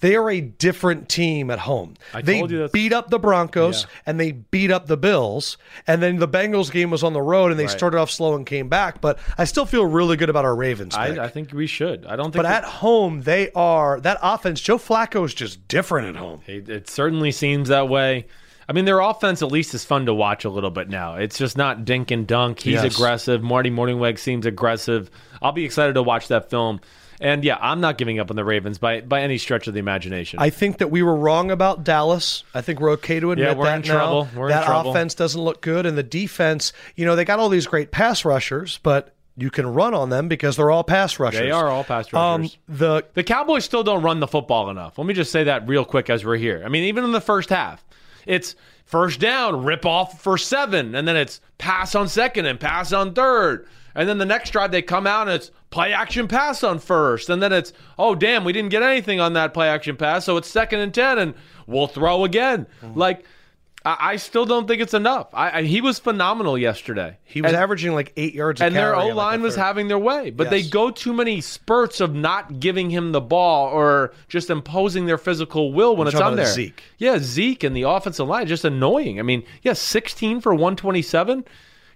They are a different team at home. I they told you that's- beat up the Broncos Yeah. and they beat up the Bills. And then the Bengals game was on the road and they Right. started off slow and came back. But I still feel really good about our Ravens. pick. I, I think we should. I don't think. but at home, they are that offense. Joe Flacco is just different at home. It, it certainly seems that way. I mean, their offense at least is fun to watch a little bit now. It's just not dink and dunk. He's Yes. aggressive. Marty Morningweg seems aggressive. I'll be excited to watch that film. And yeah, I'm not giving up on the Ravens by by any stretch of the imagination. I think that we were wrong about Dallas. I think we're okay to admit Yeah, we're that in now. trouble. We're in that trouble. offense doesn't look good, and the defense. You know, they got all these great pass rushers, but you can run on them because they're all pass rushers. they are all pass Um, rushers. the the Cowboys still don't run the football enough. Let me just say that real quick as we're here. I mean, even in the first half, it's first down, rip off for seven, and then it's pass on second and pass on third. And then the next drive, they come out and it's play action pass on first. And then it's, oh, damn, we didn't get anything on that play action pass. So it's second and 10, and we'll throw again. Mm-hmm. Like, I, I still don't think it's enough. I, I, he was phenomenal yesterday. he was And- averaging like eight yards. a and their carry on, O like, line the was third. having their way, but they Yes. go too many spurts of not giving him the ball or just imposing their physical will when I'm it's talking on about there. Zeke. yeah, Zeke and the offensive line just annoying. I mean, yeah, sixteen for one twenty seven.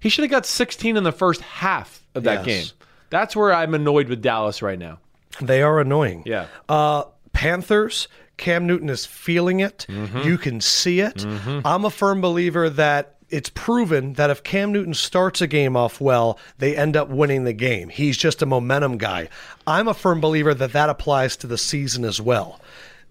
He should have got sixteen in the first half of Yes. that game. That's where I'm annoyed with Dallas right now. They are annoying. Yeah. Uh, Panthers, Cam Newton is feeling it. Mm-hmm. You can see it. I'm a firm believer that it's proven that if Cam Newton starts a game off well, they end up winning the game. He's just a momentum guy. I'm a firm believer that that applies to the season as well.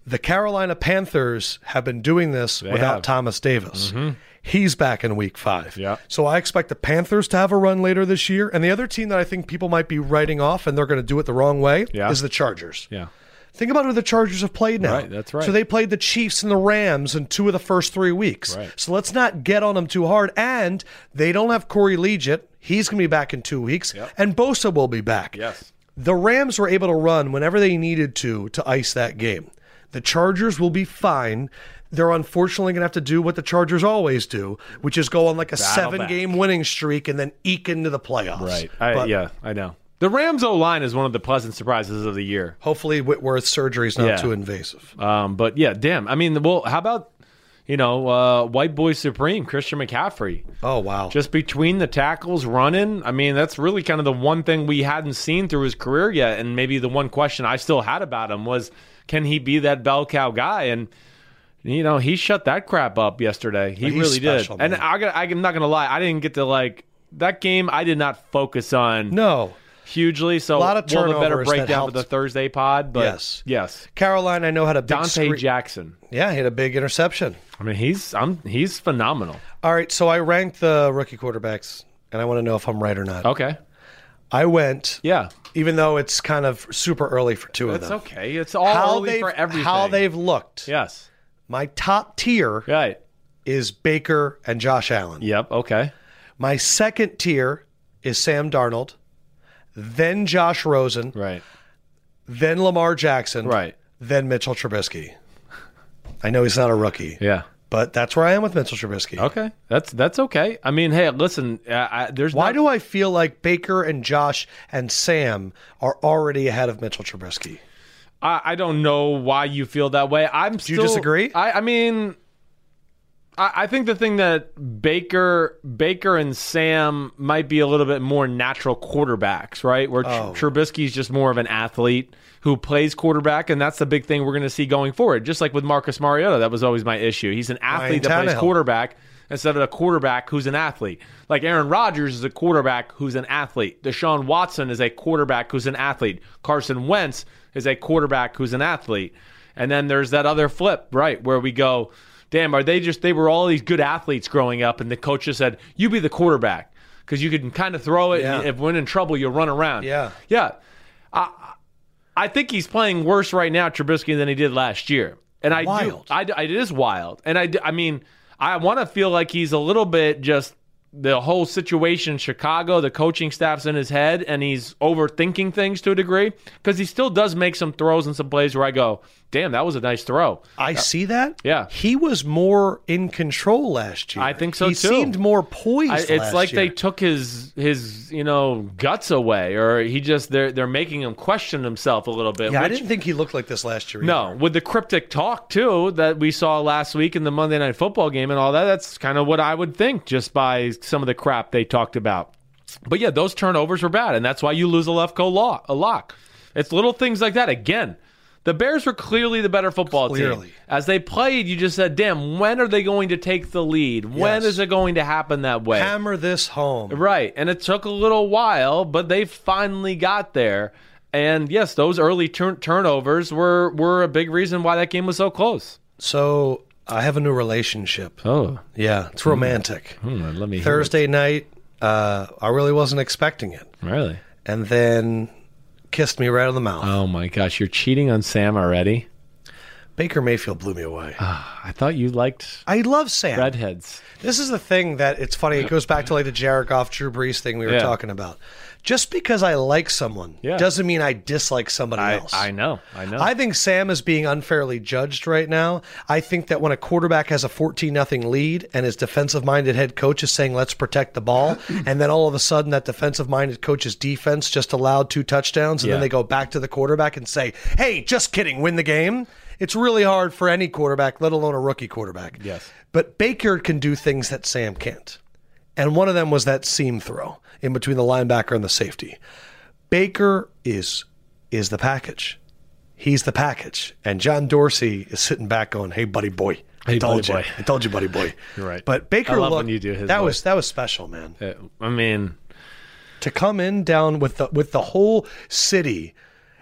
The Carolina Panthers have been doing this without have. Mm-hmm. Thomas Davis. He's back in week five. Yeah. So I expect the Panthers to have a run later this year. And the other team that I think people might be writing off and they're going to do it the wrong way Yeah. is the Chargers. Yeah. Think about who the Chargers have played now. Right, that's right. So they played the Chiefs and the Rams in two of the first three weeks. Right. So let's not get on them too hard. And they don't have Corey Leggett. He's going to be back in two weeks. And Bosa will be back. Yes. The Rams were able to run whenever they needed to to ice that game. The Chargers will be fine. They're unfortunately going to have to do what the Chargers always do, which is go on like a seven game winning streak and then eke into the playoffs. I, But yeah, I know. The Rams O line is one of the pleasant surprises of the year. Hopefully, Whitworth's surgery is not Yeah. too invasive. Um, but yeah, damn. I mean, well, how about you know, uh, white boy supreme, Christian McCaffrey. Oh, wow. Just between the tackles running, I mean, that's really kind of the one thing we hadn't seen through his career yet. And maybe the one question I still had about him was can he be that bell cow guy? And, you know, he shut that crap up yesterday. He He's really special, did. man. And I got, I'm not going to lie, I didn't get to like that game, I did not focus on no. hugely. So Lot of we'll have a better turnovers that breakdown for the helped. Thursday pod. But Yes. yes. Caroline, I know had a big Dante screen- Jackson. Yeah, he had a big interception. I mean, he's I'm he's phenomenal. All right, so I ranked the rookie quarterbacks, and I want to know if I'm right or not. Okay. I went, Yeah. even though it's kind of super early for two of It's them. okay. It's all How early they've for everything. how they've looked. Yes. My top tier Right. is Baker and Josh Allen. Yep. Okay. My second tier is Sam Darnold, then Josh Rosen, Right. then Lamar Jackson, Right. then Mitchell Trubisky. I know he's not a rookie, Yeah. but that's where I am with Mitchell Trubisky. Okay. That's that's okay. I mean, hey, listen. Uh, I, there's Why not- do I feel like Baker and Josh and Sam are already ahead of Mitchell Trubisky? I, I don't know why you feel that way. I'm. Do you disagree? I, I mean, I, I think the thing that Baker, Baker and Sam might be a little bit more natural quarterbacks, right? Where Tr- Oh. Trubisky's just more of an athlete who plays quarterback, and that's the big thing we're going to see going forward. Just like with Marcus Mariota, that was always my issue. He's an athlete that plays Tannehill. quarterback. Instead of a quarterback who's an athlete, like Aaron Rodgers is a quarterback who's an athlete. Deshaun Watson is a quarterback who's an athlete. Carson Wentz is a quarterback who's an athlete. And then there's that other flip, right, where we go, damn, are they just, they were all these good athletes growing up, and the coach just said, you be the quarterback because you can kind of throw it, and Yeah. if when in trouble, you'll run around. Yeah. Yeah. I, I think he's playing worse right now, Trubisky, than he did last year. And I do, Wild. I, do- it is wild. And I, do- I mean, I want to feel like he's a little bit just the whole situation, Chicago, the coaching staff's in his head, and he's overthinking things to a degree because he still does make some throws and some plays where I go, damn, that was a nice throw. I see that. Yeah. He was more in control last year. I think so, he too. seemed more poised. I, it's last like they year. took his his you know guts away, or he just they're they're making him question himself a little bit. Yeah, I which- didn't think he looked like this last year. No, either. with the cryptic talk too that we saw last week in the Monday Night Football game and all that, that's kind of what I would think just by some of the crap they talked about. But yeah, those turnovers were bad, and that's why you lose a left go law a lock. It's little things like that. Again, the Bears were clearly the better football Clearly. team. As they played, you just said, "Damn, when are they going to take the lead? When Yes. is it going to happen that way?" hammer this home. Right. And it took a little while, but they finally got there. And yes, those early turn turnovers were, were a big reason why that game was so close. So I have a new relationship. Oh, hmm, Yeah, it's romantic. let me Thursday night, uh, I really wasn't expecting it, Really? and then kissed me right on the mouth. Oh my gosh, you're cheating on Sam already? Ah, Baker Mayfield blew me away. I thought you liked I love Sam. redheads. This is the thing that it's funny. It goes back to like the Jared Goff, Drew Brees thing we were Yeah. talking about. Just because I like someone Yeah. doesn't mean I dislike somebody else. I know. I know. I think Sam is being unfairly judged right now. I think that when a quarterback has a 14 nothing lead and his defensive minded head coach is saying, let's protect the ball, and then all of a sudden that defensive minded coach's defense just allowed two touchdowns, and Yeah. then they go back to the quarterback and say, hey, just kidding, win the game. It's really hard for any quarterback, let alone a rookie quarterback. Yes. But Baker can do things that Sam can't. And one of them was that seam throw in between the linebacker and the safety. Baker is is the package. He's the package. And John Dorsey is sitting back going, "Hey, buddy boy, I Hey, told buddy you, boy." I told you, buddy boy." You're right. But Baker, I love looked- when you do his that voice. was that was special, man. Uh, I mean, To come in down with the with the whole city,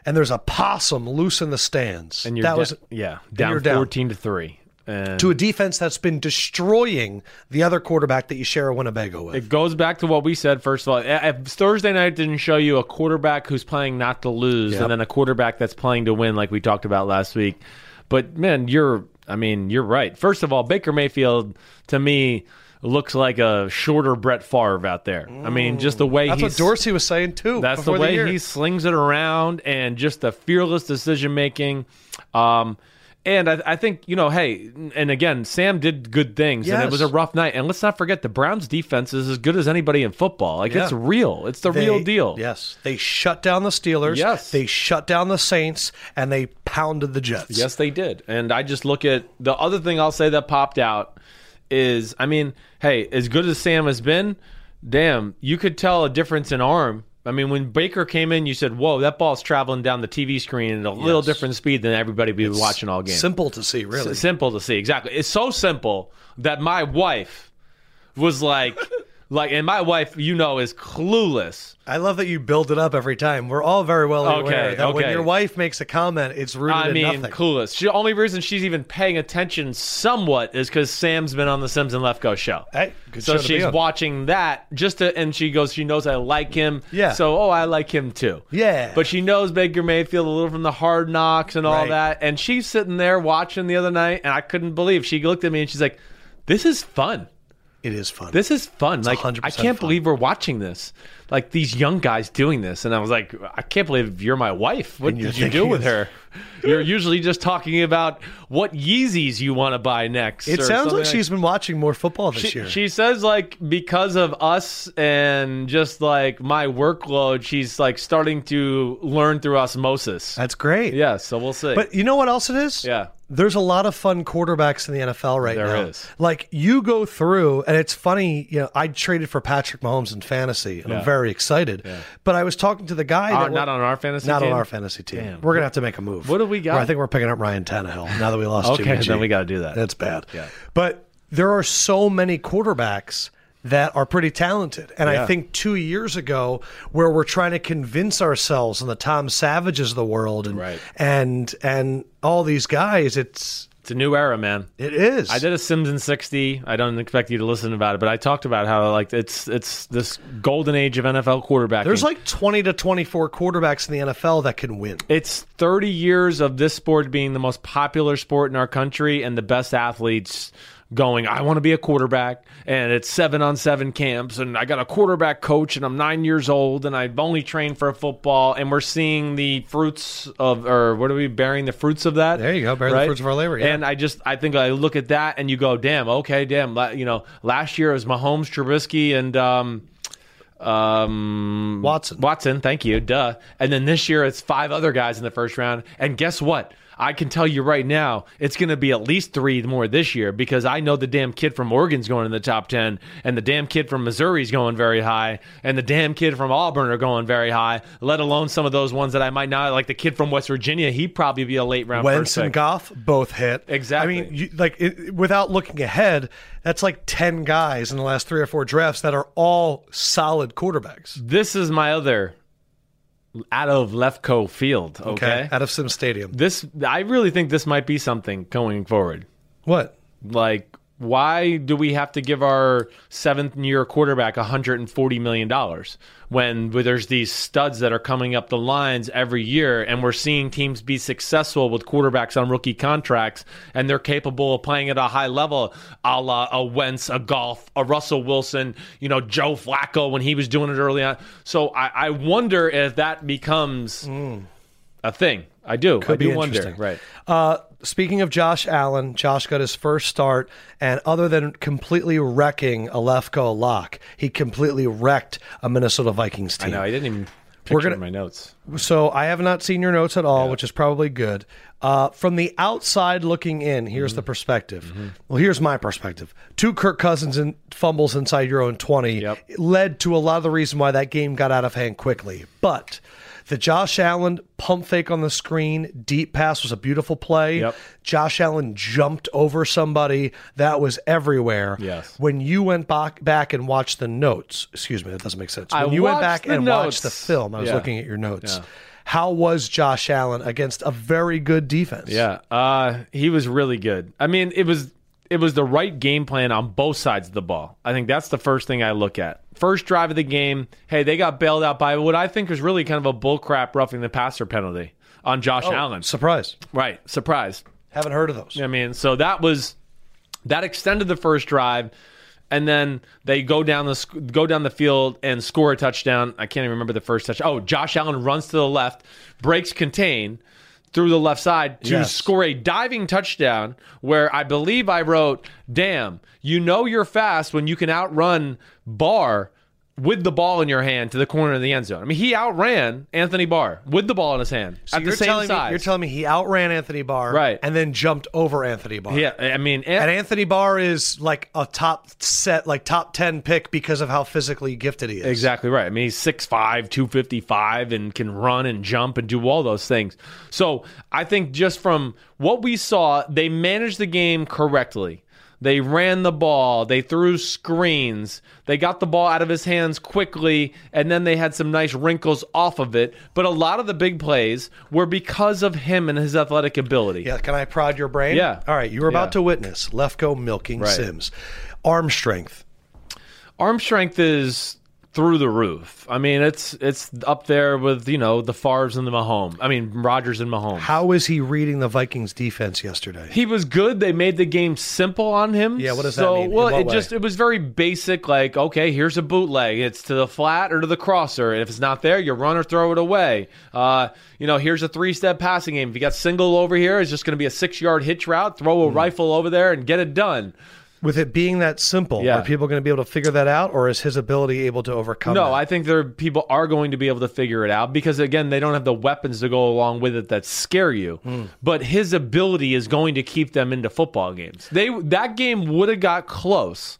and there's a possum loose in the stands. and you're that da- was yeah, down you're down. 14 to 3. And to a defense that's been destroying the other quarterback that you share a Winnebago with. It goes back to what we said first of all. If Thursday night didn't show you a quarterback who's playing not to lose, Yep. and then a quarterback that's playing to win, like we talked about last week. But man, you're I mean, you're right. First of all, Baker Mayfield to me looks like a shorter Brett Favre out there. I mean, just the way that's he's what Dorsey was saying too. that's the before way year. he slings it around and just the fearless decision making. Um, and I, I think, you know, hey, and again, Sam did good things, and it Yes. was a rough night. And let's not forget, the Browns' defense is as good as anybody in football. Like, it's Yeah. real, it's the real They- deal. Yes, they shut down the Steelers. Yes. they shut down the Saints, and they pounded the Jets. Yes, they did. And I just look at the other thing I'll say that popped out is I mean, hey, as good as Sam has been, damn, you could tell a difference in arm. I mean, when Baker came in, you said, "Whoa, that ball's traveling down the TV screen at a little different speed than everybody be watching all game." simple to see, really. It's simple to see, exactly. It's so simple that my wife was like, like, and my wife, you know, is clueless. I love that you build it up every time. We're all very well Okay, aware that when okay. your wife makes a comment, it's rooted I mean, in nothing. clueless. She, only reason she's even paying attention somewhat is because Sam's been on the Sims and Left Go show. Hey, good so show to be she's on. watching that just to, and she goes, she knows I like him. Yeah. So, oh, I like him too. Yeah. But she knows Baker Mayfield a little from the hard knocks and all Right. that. And she's sitting there watching the other night, and I couldn't believe she looked at me and she's like, this is fun. It is fun. This is fun. like I 100% can't fun. believe we're watching this. Like these young guys doing this, and I was like, I can't believe you're my wife. What And you're did you do thinking with it's- her? You're usually just talking about what Yeezys you want to buy next. it or sounds something like she's been watching more football this she, year. she says like because of us and just like my workload, she's like starting to learn through osmosis. That's great. yeah, so we'll see. But you know what else it is? yeah, There's a lot of fun quarterbacks in the NFL right There now. is. Like you go through, and it's funny. You know, I traded for Patrick Mahomes in fantasy, and Yeah. I'm very excited. But I was talking to the guy. Our- that not on our fantasy. Not team? on our fantasy team. Damn. We're gonna have to make a move. What do we got? Well, I think we're picking up Ryan Tannehill now that we lost. Okay, Jimmy G. then we got to do that. That's bad. Yeah. But there are so many quarterbacks that are pretty talented, and Yeah. I think two years ago, where we're trying to convince ourselves and the Tom Savages of the world, and Right. and and all these guys, it's it's a new era, man. it is. I did a Sims in 60. I don't expect you to listen about it, but I talked about how like it's it's this golden age of NFL quarterback. There's like 20 to 24 quarterbacks in the NFL that can win. it's 30 years of this sport being the most popular sport in our country and the best athletes going, I want to be a quarterback, and it's seven on seven camps, and I got a quarterback coach, and I'm nine years old, and I've only trained for football, and we're seeing the fruits of, or what are we bearing the fruits of that? There you go, bearing the fruits of our labor, yeah. And I just, I think I look at that and you go, damn, okay, damn, la- you know, last year it was Mahomes, Trubisky, and um, um, Watson. Watson, thank you. Duh. And then this year it's five other guys in the first round. And guess what? I can tell you right now, it's going to be at least three more this year because I know the damn kid from Oregon's going in the top 10, and the damn kid from Missouri's going very high, and the damn kid from Auburn are going very high, let alone some of those ones that I might not like. The kid from West Virginia, he'd probably be a late round Wentz first and pick. Goff both hit. Exactly. I mean, you, like it, without looking ahead, that's like ten guys in the last three or four drafts that are all solid quarterbacks. this is my other out of Lefko field, okay? out of Sim Stadium. This I really think this might be something going forward. What? Like, why do we have to give our seventh year quarterback $140 million when there's these studs that are coming up the lines every year and we're seeing teams be successful with quarterbacks on rookie contracts and they're capable of playing at a high level, a la a Wentz, a Golf, a Russell Wilson, you know, Joe Flacco when he was doing it early on. So I, I wonder if that becomes a thing. I do. I be do wonder. interesting. Right. Uh, speaking of Josh Allen, Josh got his first start, and other than completely wrecking a Lefko lock, he completely wrecked a Minnesota Vikings team. No, I didn't even picture We're gonna- in my notes. So I have not seen your notes at all, which is probably good. Uh, from the outside looking in, here's Mm-hmm. the perspective. Well, here's my perspective. Two Kirk Cousins and fumbles inside your own 20 Yep. led to a lot of the reason why that game got out of hand quickly. But the Josh Allen pump fake on the screen, deep pass was a beautiful play. Yep. Josh Allen jumped over somebody. That was everywhere. Yes. When you went back, back and watched the notes, excuse me, that doesn't make sense. When I you went watched back the and watched the notes. film, I was Yeah. looking at your notes. How was Josh Allen against a very good defense? Yeah, uh, he was really good. I mean, it was it was the right game plan on both sides of the ball. I think that's the first thing I look at. First drive of the game, hey, they got bailed out by what I think was really kind of a bullcrap roughing the passer penalty on Josh Allen. Surprise. Right, surprise. Haven't heard of those. I mean, so that was that extended the first drive, and then they go down the sc- go down the field and score a touchdown. I can't even remember the first touch. Oh, Josh Allen runs to the left, breaks contain through the left side to Yes. score a diving touchdown. Where I believe I wrote, "Damn, you know you're fast when you can outrun Barr." With the ball in your hand to the corner of the end zone. I mean, he outran Anthony Barr with the ball in his hand So at you're the same telling me size. you're telling me he outran Anthony Barr, Right. And then jumped over Anthony Barr. yeah, I mean, And Anthony Barr is like a top set, like top ten pick because of how physically gifted he is. Exactly right. I mean, he's 6'5, 255, and can run and jump and do all those things. So I think just from what we saw, they managed the game correctly. They ran the ball, they threw screens, they got the ball out of his hands quickly, and then they had some nice wrinkles off of it. But a lot of the big plays were because of him and his athletic ability. Yeah, can I prod your brain? Yeah. All right, you were about Yeah. to witness Lefko milking Right. Sims. Arm strength. arm strength is through the roof. I mean, it's it's up there with you know the Favre's and the Mahomes. I mean, Rogers and Mahomes. How is he reading the Vikings defense yesterday? he was good. They made the game simple on him. Yeah, what does that so, mean? In Well, what it way? just it was very basic. Like, okay, here's a bootleg. It's to the flat or to the crosser. If it's not there, you run or throw it away. Uh, you know, here's a three step passing game. If you got single over here, it's just going to be a six yard hitch route. Throw Hmm. a rifle over there and get it done. With it being that simple, Yeah. are people going to be able to figure that out, or is his ability able to overcome? No, that? I think there people are going to be able to figure it out because again, they don't have the weapons to go along with it that scare you. Hmm. But his ability is going to keep them into football games. They that game would have got close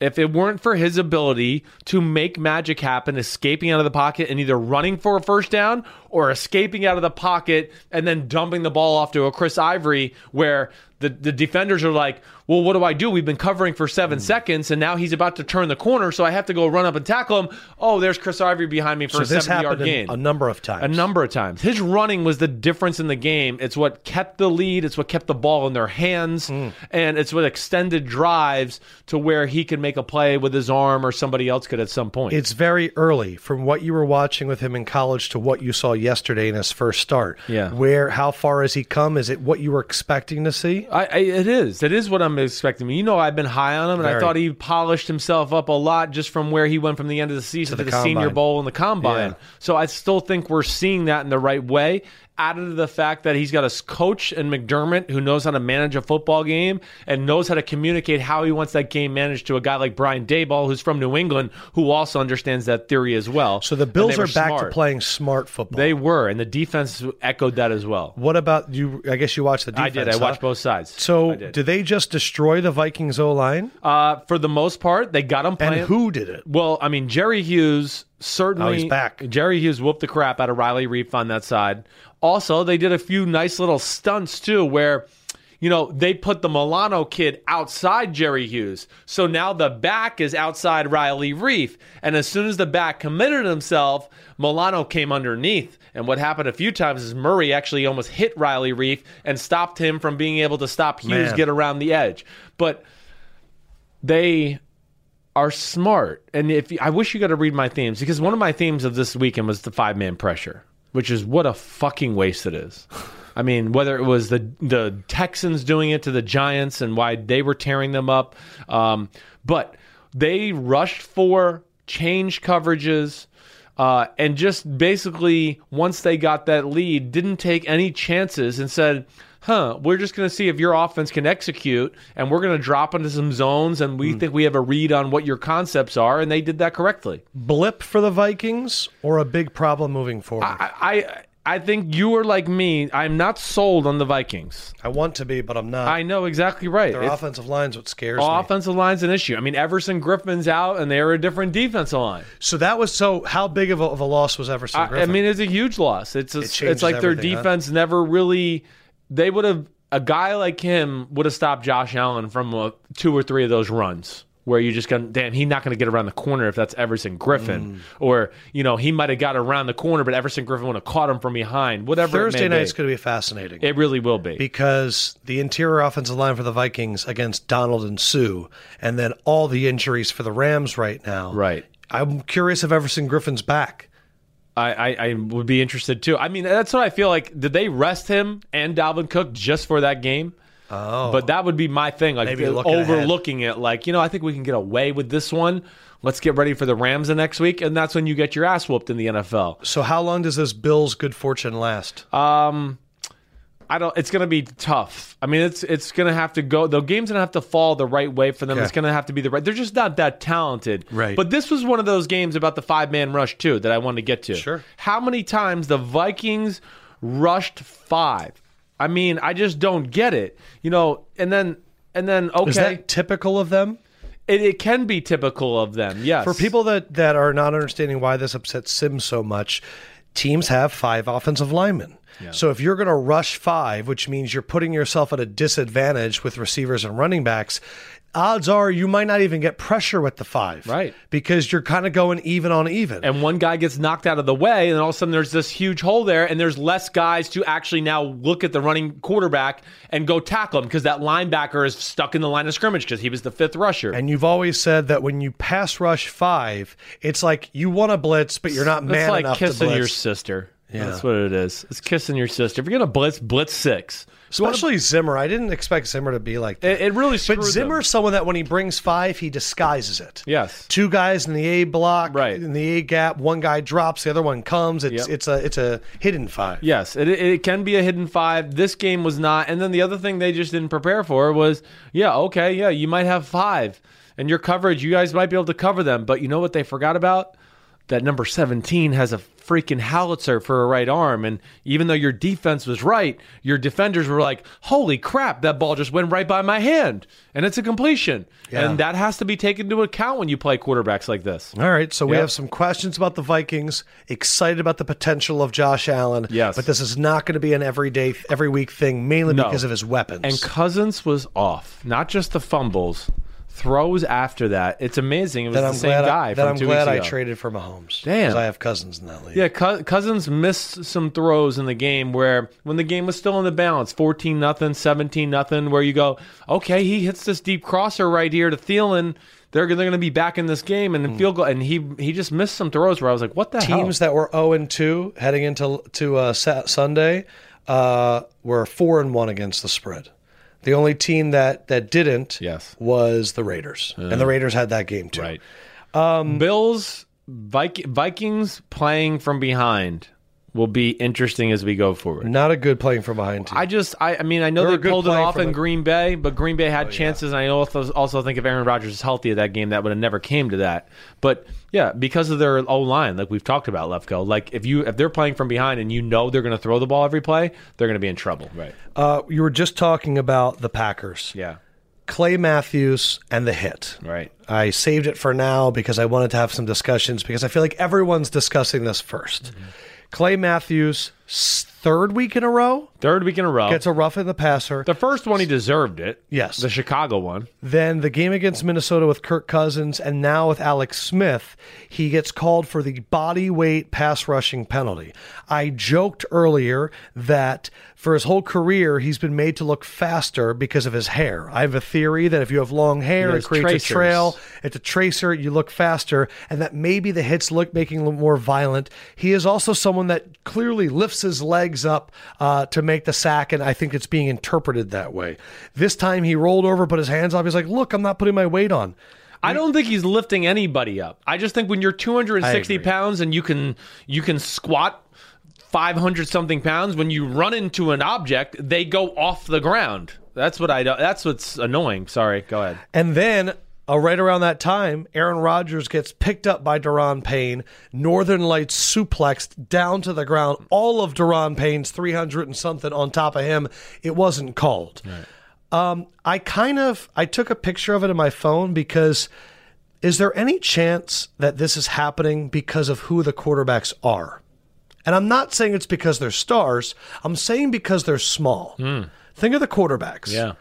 if it weren't for his ability to make magic happen, escaping out of the pocket and either running for a first down or escaping out of the pocket and then dumping the ball off to a Chris Ivory where the, the defenders are like, well, what do I do? We've been covering for seven Hmm. seconds and now he's about to turn the corner, so I have to go run up and tackle him. Oh, there's Chris Ivory behind me So for a this 70 yard happened gain. a, a number of times. A number of times. His running was the difference in the game. It's what kept the lead. It's what kept the ball in their hands, and it's what extended drives to where he could make a play with his arm or somebody else could at some point. It's very early from what you were watching with him in college to what you saw yesterday in his first start. Yeah. Where how far has he come? Is it what you were expecting to see? I, I, it is. It is what I'm expecting. You know, I've been high on him, and I Very. thought he polished himself up a lot just from where he went from the end of the season To to the the, Senior combine. Bowl and the combine. Yeah. So I still think we're seeing that in the right way. Added to the fact that he's got a s- coach and McDermott who knows how to manage a football game and knows how to communicate how he wants that game managed to a guy like Brian Dayball, who's from New England, who also understands that theory as well. So the And Bills they are were back to smart. playing smart football. They were, and the defense echoed that as well. what about you? I guess you watched the defense. I did. I huh? watched both sides. So I did. did. they just destroy the Vikings O line? Uh, for the most part, they got and him playing. who did it? Well, I mean, Jerry Hughes certainly. Oh, he's back. Jerry Hughes whooped the crap out of Riley Reef on that side. Also, they did a few nice little stunts too, where. You know, they put the Milano kid outside Jerry Hughes. So now the back is outside Riley Reef. And as soon as the back committed himself, Milano came underneath. And what happened a few times is Murray actually almost hit Riley Reef and stopped him from being able to stop Hughes Man. get around the edge. But they are smart. And if you, I wish you got to read my themes because one of my themes of this weekend was the five man pressure, which is what a fucking waste it is. I mean, whether it was the the Texans doing it to the Giants and why they were tearing them up, um, but they rushed for change coverages. Uh, and just basically, once they got that lead, didn't take any chances and said, huh, we're just going to see if your offense can execute and we're going to drop into some zones and we think we have a read on what your concepts are. And they did that correctly. Blip for the Vikings or a big problem moving forward? I, I, I, I think you are like me. I'm not sold on the Vikings. want to be, but I'm not. I know exactly right. Their It's- Uh, offensive line's what scares me. offensive line's an issue. I mean, Everson Griffin's out and they're a different defensive line. So that was so. How big of a, of a loss was Everson I, I Griffin? mean, it's a huge loss. It's a, changes it's like their everything, huh? defense never really. They would have a guy like him would have stopped Josh Allen from uh two or three of those runs where you just going damn he's not going to get around the corner if that's Everson Griffin Mm. or you know he might have got around the corner but Everson Griffin would have caught him from behind whatever Thursday it may night's be. going to be fascinating it really will be because the interior offensive line for the Vikings against Donald and Sue, and then all the injuries for the Rams right now. right I'm curious if Everson Griffin's back. I, I, I would be interested too I mean that's what I feel like did they rest him and Dalvin Cook just for that game Oh, But that would be my thing, like Maybe the- looking ahead. overlooking it. Like you know, I think we can get away with this one. Let's get ready for the Rams the next week, and that's when you get your ass whooped in the NFL. so how long does this Bills good fortune last? Um, I don't. It's going to be tough. I mean, it's it's going to have to go. The game's going to have to fall the right way for them. Okay. It's going to have to be the right. They're just not that talented. Right. But this was one of those games about the five man rush too that I wanted to get to. Sure. How many times the Vikings rushed five? I mean, I just don't get it. You know, and then. And then okay, Is that typical of them? It, it can be typical of them, yes. For people that, that are not understanding why this upsets Sims so much, teams have five offensive linemen. So if you're going to rush five, which means you're putting yourself at a disadvantage with receivers and running backs, odds are you might not even get pressure with the five. Right. Because you're kind of going even on even. and one guy gets knocked out of the way, and all of a sudden there's this huge hole there, and there's less guys to actually now look at the running quarterback and go tackle him because that linebacker is stuck in the line of scrimmage because he was the fifth rusher. And you've always said that when you pass rush five, it's like you want to blitz, but you're not man it's like enough to kissing blitz. your sister. That's what it is. It's kissing your sister. If you're gonna blitz, blitz six. Especially Zimmer. I didn't expect Zimmer to be like that. It, it really screwed But them. Zimmer's someone that when he brings five, he disguises it. Yes. Two guys in the A block, Right. In the A gap, one guy drops, the other one comes. It's Yep. it's a it's a hidden five. Yes, it, it can be a hidden five. This game was not. And then the other thing they just didn't prepare for was, yeah, okay, yeah, you might have five, and your coverage, you guys might be able to cover them. But you know what they forgot about? That number seventeen has a freaking howitzer for a right arm, and even though your defense was right, your defenders were like, "Holy crap, that ball just went right by my hand," and it's a completion, and that has to be taken into account when you play quarterbacks like this. All right, so we Yep. have some questions about the Vikings. Excited about the potential of Josh Allen. Yes. but this is not going to be an everyday, every week thing, mainly No. because of his weapons. And Cousins was off. Not just the fumbles, throws after that. It's amazing. It was that the I'm same glad. guy I, from that I'm two glad weeks I ago. traded for Mahomes. Damn. because I have cousins in that league. yeah, Cous- Cousins missed some throws in the game where when the game was still in the balance, 14 nothing, 17 nothing, where you go, okay, he hits this deep crosser right here to Thielen. They're, they're going to be back in this game and then field goal. And he he just missed some throws where I was like, what the hell? Hmm. teams that were 0 and 2 heading into to uh, Sa- Sunday uh, were 4 and 1 against the spread. The only team that that didn't Yes. Uh. was the Raiders, and the Raiders had that game too. Right. Um, Bills, Vik- Vikings playing from behind will be interesting as we go forward. Not a good playing from behind team. I just, I, I mean, I know They're a they good pulled it play off from in the- Green Bay, but Green Bay had chances. And I also, also think if Aaron Rodgers is healthy at that game, that would have never came to that. But yeah, because of their O line, like we've talked about, Lefko, like if you if they're playing from behind and you know they're going to throw the ball every play, they're going to be in trouble. Right. uh, you were just talking about the Packers, Yeah. Clay Matthews, and the hit. Right. I saved it for now because I wanted to have some discussions because I feel like everyone's discussing this 1st Mm-hmm. Clay Matthews, s- third week in a row, Third week in a row. gets a rough in the passer. the first one he deserved it. Yes. The Chicago one. Then the game against Minnesota with Kirk Cousins and now with Alex Smith, he gets called for the body weight pass rushing penalty. I joked earlier that for his whole career, he's been made to look faster because of his hair. I have a theory that if you have long hair, it There's creates tracers. a trail, it's a tracer, you look faster, and that maybe the hits look making him more violent. He is also someone that clearly lifts his legs up uh, to make the sack, and I think it's being interpreted that way. This time he rolled over, put his hands up. He's like, "Look, I'm not putting my weight on." I don't think he's lifting anybody up. I just think when you're 260 I agree. pounds and you can you can squat 500 something pounds, when you run into an object, they go off the ground. That's what I. do- That's what's annoying. Sorry. Go ahead. And then. Uh, right around that time, Aaron Rodgers gets picked up by Deron Payne. Northern Lights suplexed down to the ground. All of Deron Payne's 300 and something on top of him. It wasn't called. I kind of I took a picture of it in my phone because is there any chance that this is happening because of who the quarterbacks are? And I'm not saying it's because they're stars. I'm saying because they're small. Hmm. Think of the quarterbacks.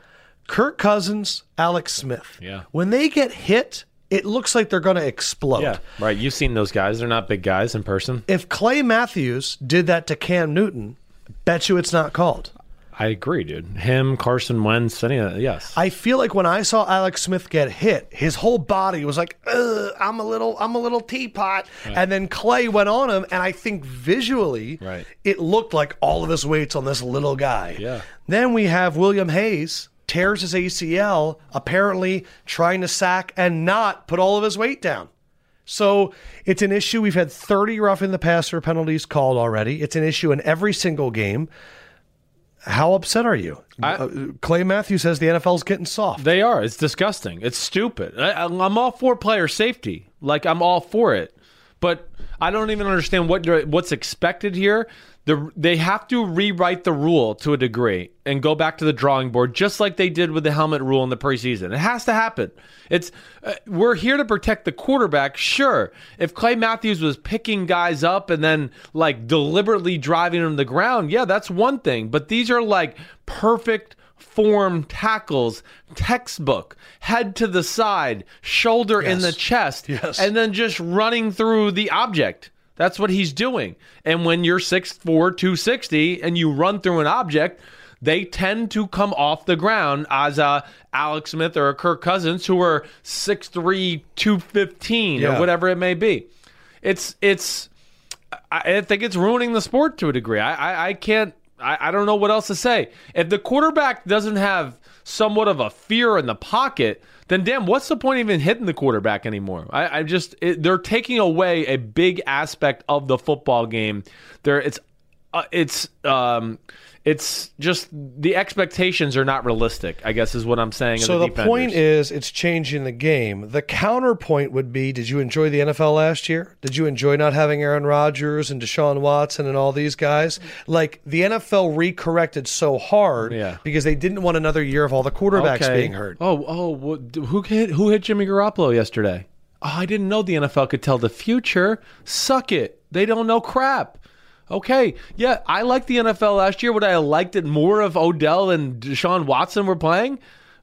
Kirk Cousins, Alex Smith. Yeah. When they get hit, it looks like they're going to explode. Yeah. Right. You've seen those guys. They're not big guys in person. If Clay Matthews did that to Cam Newton, bet you it's not called. I agree, dude. Him, Carson Wentz. Any of, yes. I feel like when I saw Alex Smith get hit, his whole body was like, Ugh, "I'm a little, I'm a little teapot," and then Clay went on him, and I think visually, Right. it looked like all of his weight's on this little guy. Yeah. Then we have William Hayes tears his ACL, apparently trying to sack and not put all of his weight down. So it's an issue. We've had 30 roughing the passer penalties called already. It's an issue in every single game. How upset are you? Uh, Clay Matthews says the NFL's getting soft. They are. It's disgusting. It's stupid. I, I'm all for player safety. Like I'm all for it, but I don't even understand what you're- what's expected here. The, they have to rewrite the rule to a degree and go back to the drawing board, just like they did with the helmet rule in the preseason. It has to happen. It's uh, we're here to protect the quarterback. Sure, if Clay Matthews was picking guys up and then like deliberately driving them to the ground, yeah, that's one thing. But these are like perfect form tackles, textbook, head to the side, shoulder in the chest, Yes. and then just running through the object. That's what he's doing. And when you're 6'4, 260, and you run through an object, they tend to come off the ground as a Alex Smith or a Kirk Cousins who are 6'3, 215 Yeah. or whatever it may be. It's it's I, I think it's ruining the sport to a degree. I, I, I can't. I, I don't know what else to say. If the quarterback doesn't have somewhat of a fear in the pocket, then damn, what's the point of even hitting the quarterback anymore? I, I just it, they're taking away a big aspect of the football game. There, it's uh, it's um, it's just the expectations are not realistic. I guess is what I'm saying. of So the, point is, defenders. it's changing the game. The counterpoint would be: Did you enjoy the NFL last year? Did you enjoy not having Aaron Rodgers and Deshaun Watson and all these guys? Like the NFL recorrected so hard Yeah. because they didn't want another year of all the quarterbacks Okay. being hurt. Oh, oh, what, who hit who hit Jimmy Garoppolo yesterday? Oh, I didn't know the NFL could tell the future. Suck it. They don't know crap. Okay, yeah, I liked the NFL last year. Would I have liked it more if Odell and Deshaun Watson were playing?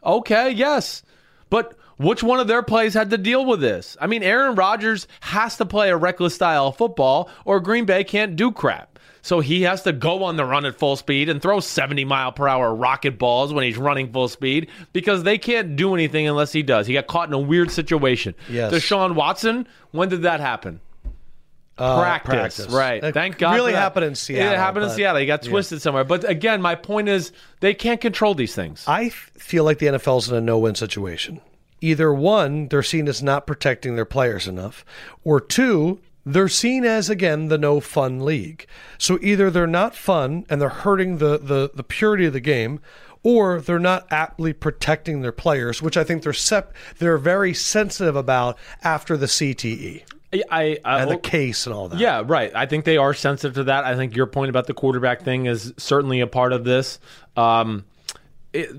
Okay, yes. But which one of their plays had to deal with this? I mean, Aaron Rodgers has to play a reckless style of football, or Green Bay can't do crap. So he has to go on the run at full speed and throw 70 mile per hour rocket balls when he's running full speed because they can't do anything unless he does. He got caught in a weird situation. Yes. Deshaun Watson, when did that happen? Uh, practice, right? That Thank God. Really for that. happened in Seattle. It happened in but Seattle. He got twisted somewhere. But again, my point is they can't control these things. I f- feel like the NFL's in a no-win situation. Either one, they're seen as not protecting their players enough, or two, they're seen as again the no fun league. So either they're not fun and they're hurting the the, the purity of the game, or they're not aptly protecting their players, which I think they're sep- they're very sensitive about after the CTE I, I, I and the case and all that. Yeah, right. I think they are sensitive to that. I think your point about the quarterback thing is certainly a part of this. Um, it,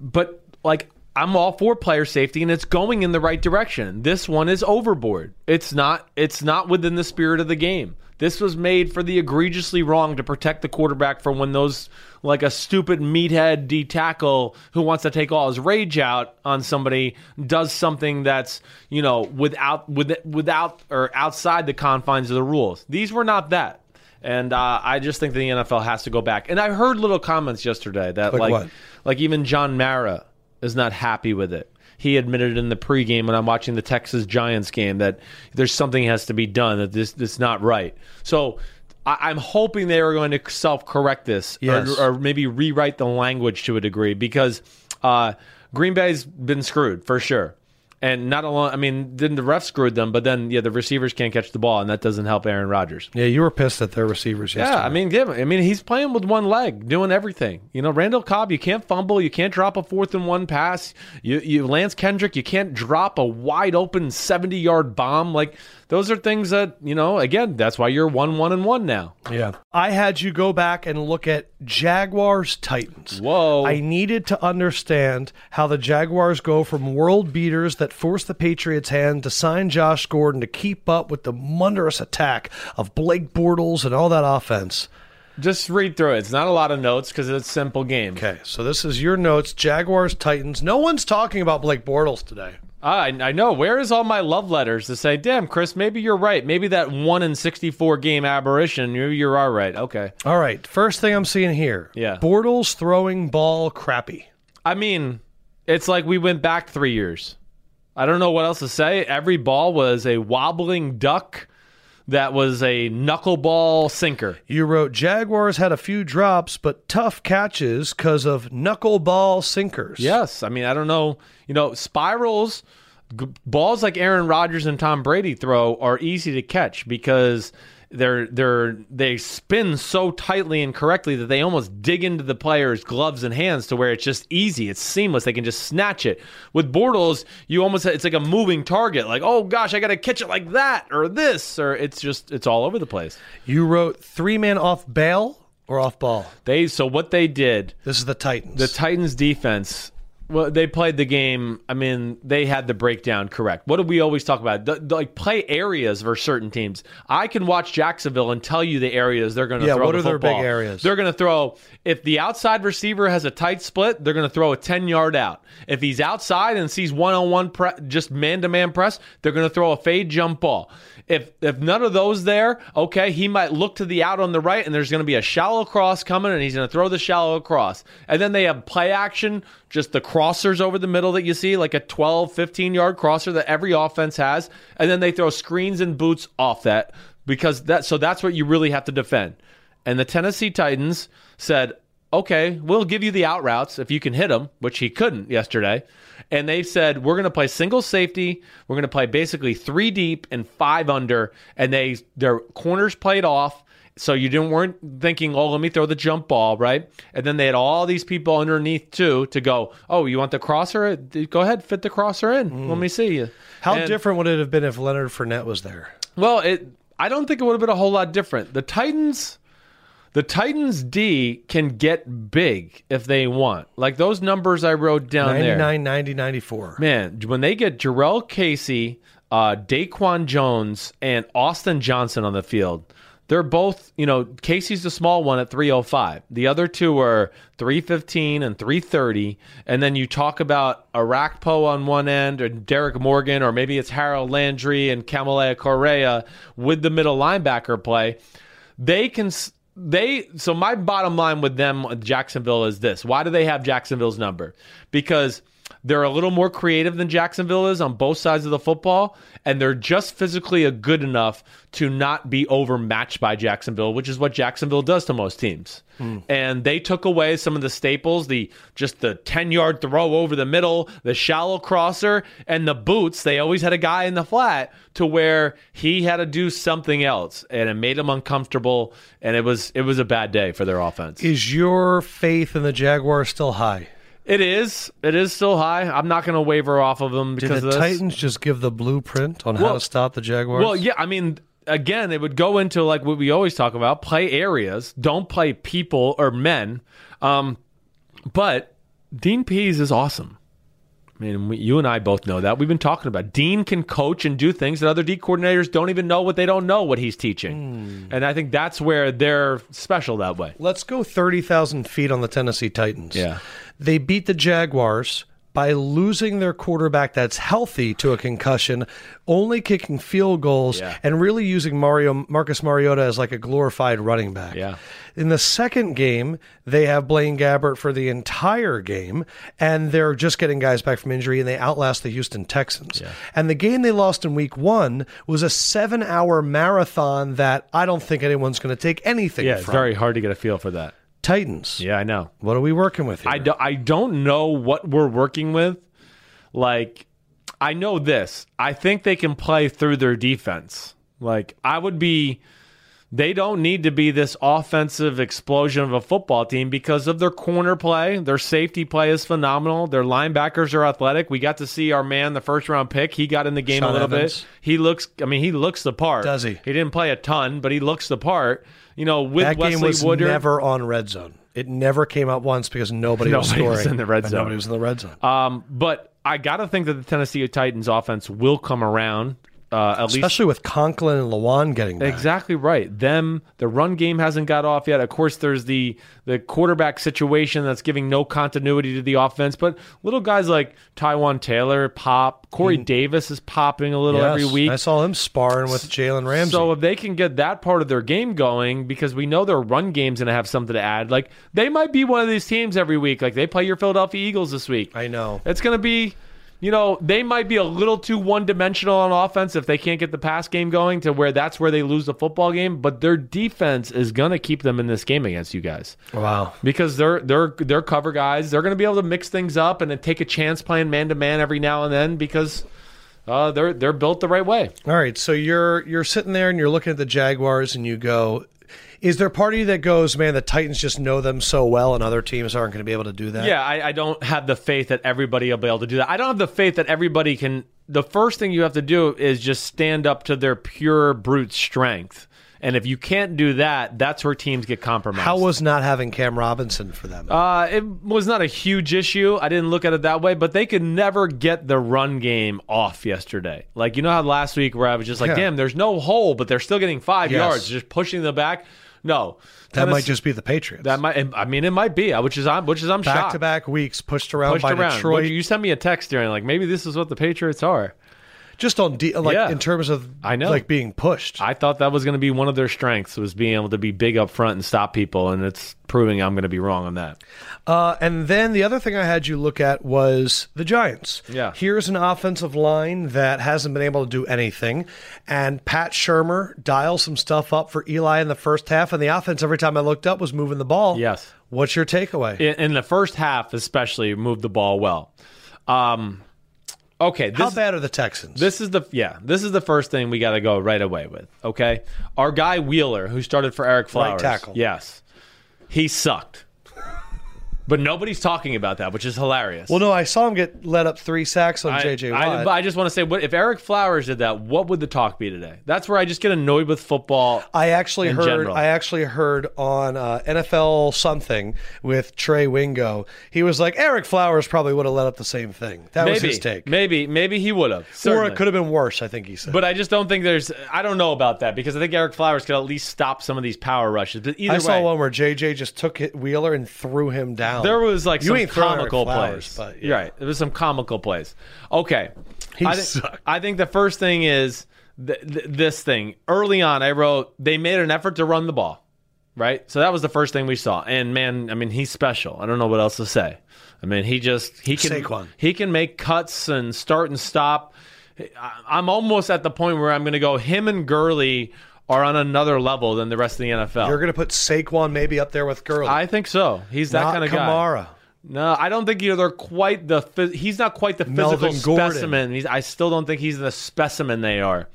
but like, I'm all for player safety, and it's going in the right direction. This one is overboard. It's not. It's not within the spirit of the game. This was made for the egregiously wrong to protect the quarterback from when those like a stupid meathead D tackle who wants to take all his rage out on somebody does something that's you know without with without or outside the confines of the rules. These were not that, and uh, I just think the NFL has to go back. And I heard little comments yesterday that like Like like, what? even John Mara is not happy with it. He admitted in the pregame when I'm watching the Texas Giants game that there's something has to be done that this that's not right. So. I- I'm hoping they are going to self-correct this, or- Yes. or, maybe rewrite the language to a degree because uh, Green Bay's been screwed for sure, and not alone. I mean, didn't the refs screwed them? But then, yeah, the receivers can't catch the ball, and that doesn't help Aaron Rodgers. Yeah, you were pissed at their receivers yesterday. Yeah, I mean, give. I mean, he's playing with one leg, doing everything. You know, Randall Cobb, you can't fumble, you can't drop a fourth and one pass. You, you Lance Kendrick, you can't drop a wide open seventy yard bomb. Like those are things that you know. Again, that's why you're one one and one now. Yeah. I had you go back and look at Jaguars Titans. Whoa. I needed to understand how the Jaguars go from world beaters that forced the Patriots' hand to sign Josh Gordon to keep up with the wondrous attack of Blake Bortles and all that offense. Just read through it. It's not a lot of notes because it's a simple game. Okay, so this is your notes Jaguars Titans. No one's talking about Blake Bortles today. Ah, I, I know. Where is all my love letters to say, damn, Chris, maybe you're right. Maybe that 1 in 64 game aberration, you, you are right. Okay. All right, first thing I'm seeing here Yeah. Bortles throwing ball crappy. I mean, it's like we went back three years. I don't know what else to say. Every ball was a wobbling duck that was a knuckleball sinker. You wrote Jaguars had a few drops, but tough catches because of knuckleball sinkers. Yes, I mean I don't know, you know, spirals, g- balls like Aaron Rodgers and Tom Brady throw are easy to catch because they're they're they spin so tightly and correctly that they almost dig into the player's gloves and hands to where it's just easy, it's seamless. They can just snatch it. With Bortles, you almost it's like a moving target. Like oh gosh, I got to catch it like that or this or it's just it's all over the place. You wrote three man off bail or off ball. They so what they did This is the Titans. The Titans defense. Well, they played the game. I mean, they had the breakdown correct. What do we always talk about? The, the, like play areas versus certain teams. I can watch Jacksonville and tell you the areas they're going to Yeah, throw. what the are their big football. areas? They're going to throw if the outside receiver has a tight split, they're going to throw a ten yard out. If he's outside and sees one on one pre- just man to man press, they're going to throw a fade jump ball. If if none of those there, okay, he might look to the out on the right, and there's going to be a shallow cross coming, and he's going to throw the shallow cross. And then they have play action, just the crossers over the middle that you see, like a 12, 15 yard crosser that every offense has. And then they throw screens and boots off that because that. So that's what you really have to defend. And the Tennessee Titans said, okay, we'll give you the out routes if you can hit them, which he couldn't yesterday. And they said, we're going to play single safety. We're going to play basically three deep and five under. And they their corners played off. So you didn't weren't thinking, oh, let me throw the jump ball, right? And then they had all these people underneath too to go, oh, you want the crosser? Go ahead, fit the crosser in. Let me see you. How And- different would it have been if Leonard Fournette was there? well, it. I don't think it would have been a whole lot different. The Titans, the Titans D can get big if they want. Like those numbers I wrote down there. 99, 90, 94. Man, when they get Jarrell Casey, uh, Daquan Jones, and Austin Johnson on the field, they're both, you know, Casey's the small one at 305. The other two are 315 and 330. And then you talk about Arakpo on one end and Derek Morgan, or maybe it's Harold Landry and Camelea Correa with the middle linebacker play they can s- they so my bottom line with them with Jacksonville is this. Why do they have Jacksonville's number? Because They're a little more creative than Jacksonville is on both sides of the football, and they're just physically a good enough to not be overmatched by Jacksonville, which is what Jacksonville does to most teams. And they took away some of the staples, the just the 10-yard throw over the middle, the shallow crosser, and the boots. They always had a guy in the flat to where he had to do something else, and it made him uncomfortable, and it was it was a bad day for their offense. Is your faith in the Jaguars still high? It is. It is still high. I'm not going to waver off of them Did because the of this. Titans just give the blueprint on how Well- to stop the Jaguars? Well, yeah. I mean, again, it would go into like what we always talk about: play areas, don't play people or men. Um, but Dean Pease is awesome. I mean, we, you and I both know that. We've been talking about Dean can coach and do things that other D coordinators don't even know what they don't know what he's teaching, and I think that's where they're special that way. Let's go 30,000 feet on the Tennessee Titans. Yeah. They beat the Jaguars by losing their quarterback that's healthy to a concussion, only kicking field goals Yeah. and really using Mario Marcus Mariota as like a glorified running back. Yeah. In the second game, they have Blaine Gabbert for the entire game and they're just getting guys back from injury and they outlast the Houston Texans. And the game they lost in week 1 was a 7-hour marathon that I don't think anyone's going to take anything Yeah, it's from. very hard to get a feel for that. Titans. Yeah, I know. What are we working with here? I, do, I don't know what we're working with. Like, I know this. I think they can play through their defense. Like, I would be. They don't need to be this offensive explosion of a football team because of their corner play. Their safety play is phenomenal. Their linebackers are athletic. We got to see our man, the first round pick. He got in the game Sean a little Evans. bit. He looks. I mean, he looks the part. Does he? He didn't play a ton, but he looks the part. You know, with that Wesley game was Woodard, never on red zone. It never came out once because nobody, was Nobody scoring was in the red and zone. Nobody was in the red zone. Um, but I got to think that the Tennessee Titans offense will come around. Uh, at least Especially with Conklin and Lawan getting back. exactly right. Them, the run game hasn't got off yet. Of course, there's the the quarterback situation that's giving no continuity to the offense. But little guys like Taiwan Taylor, Pop, Corey Davis is popping a little Mm. Yes, every week. I saw him sparring with Jalen Ramsey. So if they can get that part of their game going, because we know their run game's going to have something to add. Like they might be one of these teams every week. Like they play your Philadelphia Eagles this week. I know. It's going to be, you know, they might be a little too one dimensional on offense if they can't get the pass game going to where that's where they lose the football game. But their defense is going to keep them in this game against you guys Wow. because they're they're they're cover guys. They're going to be able to mix things up and then take a chance playing man to man every now and then because uh, they're they're built the right way. All right. So you're you're sitting there and you're looking at the Jaguars and you go, is there part of you that goes, man, the Titans just know them so well and other teams aren't going to be able to do that? Yeah, I, I don't have the faith that everybody will be able to do that. I don't have the faith that everybody can. The first thing you have to do is just stand up to their pure brute strength. And if you can't do that, that's where teams get compromised. How was not having Cam Robinson for them? uh, it was not a huge issue. I didn't look at it that way, but they could never get the run game off yesterday. Like you know how last week where I was just like, Yeah. "Damn, there's no hole," but they're still getting five Yes. yards, just pushing the back. No, that might Tennessee- just be the Patriots. that might. I mean, it might be. uh, Which is I'm which is I'm back shocked. to back weeks pushed around pushed by around. Detroit. Would You sent me a text during like maybe this is what the Patriots are. just on de- like Yeah. in terms of I know. like being pushed. I thought that was going to be one of their strengths was being able to be big up front and stop people, and it's proving I'm going to be wrong on that. Uh, and then the other thing I had you look at was the Giants. Yeah. Here's an offensive line that hasn't been able to do anything. And Pat Shermer dials some stuff up for Eli in the first half. And the offense, every time I looked up, was moving the ball. Yes. What's your takeaway? In, in the first half, especially, moved the ball well. Um, okay, How this, bad are the Texans? this is the yeah, this is the first thing we got to go right away with. Okay, our guy Wheeler, who started for Eric Flowers, tackle. Yes, he sucked. But nobody's talking about that, which is hilarious. well, no, I saw him get let up three sacks on I- JJ Watt. I, but I just want to say, what if Eric Flowers did that? What would the talk be today? That's where I just get annoyed with football. I actually in heard. general. I actually heard on uh, NFL something with Trey Wingo. He was like, Eric Flowers probably would have let up the same thing. That was maybe, his take. maybe, maybe he would have. or it Certainly. could have been worse. I think he said. But I just don't think there's. I don't know about that because I think Eric Flowers could at least stop some of these power rushes. But either I way, saw one where JJ just took hit Wheeler and threw him down. there was like you some ain't throwing Eric comical Flowers, plays. but You're right. There was some comical plays. Okay, He I, thi- sucked. I think the first thing is th- th- this thing. Early on, I wrote they made an effort to run the ball. right? So that was the first thing we saw. And man, I mean, he's special. I don't know what else to say. I mean, he just he can Saquon. he can make cuts and start and stop. I- I'm almost at the point where I'm going to go. Him and Gurley are on another level than the rest of the NFL. You're going to put Saquon maybe up there with Gurley. I think so. He's that not kind of guy. Kamara. No, I don't think you they're quite the. phys- He's not quite the Melvin physical Gordon. specimen. He's, I still don't think he's the specimen they are.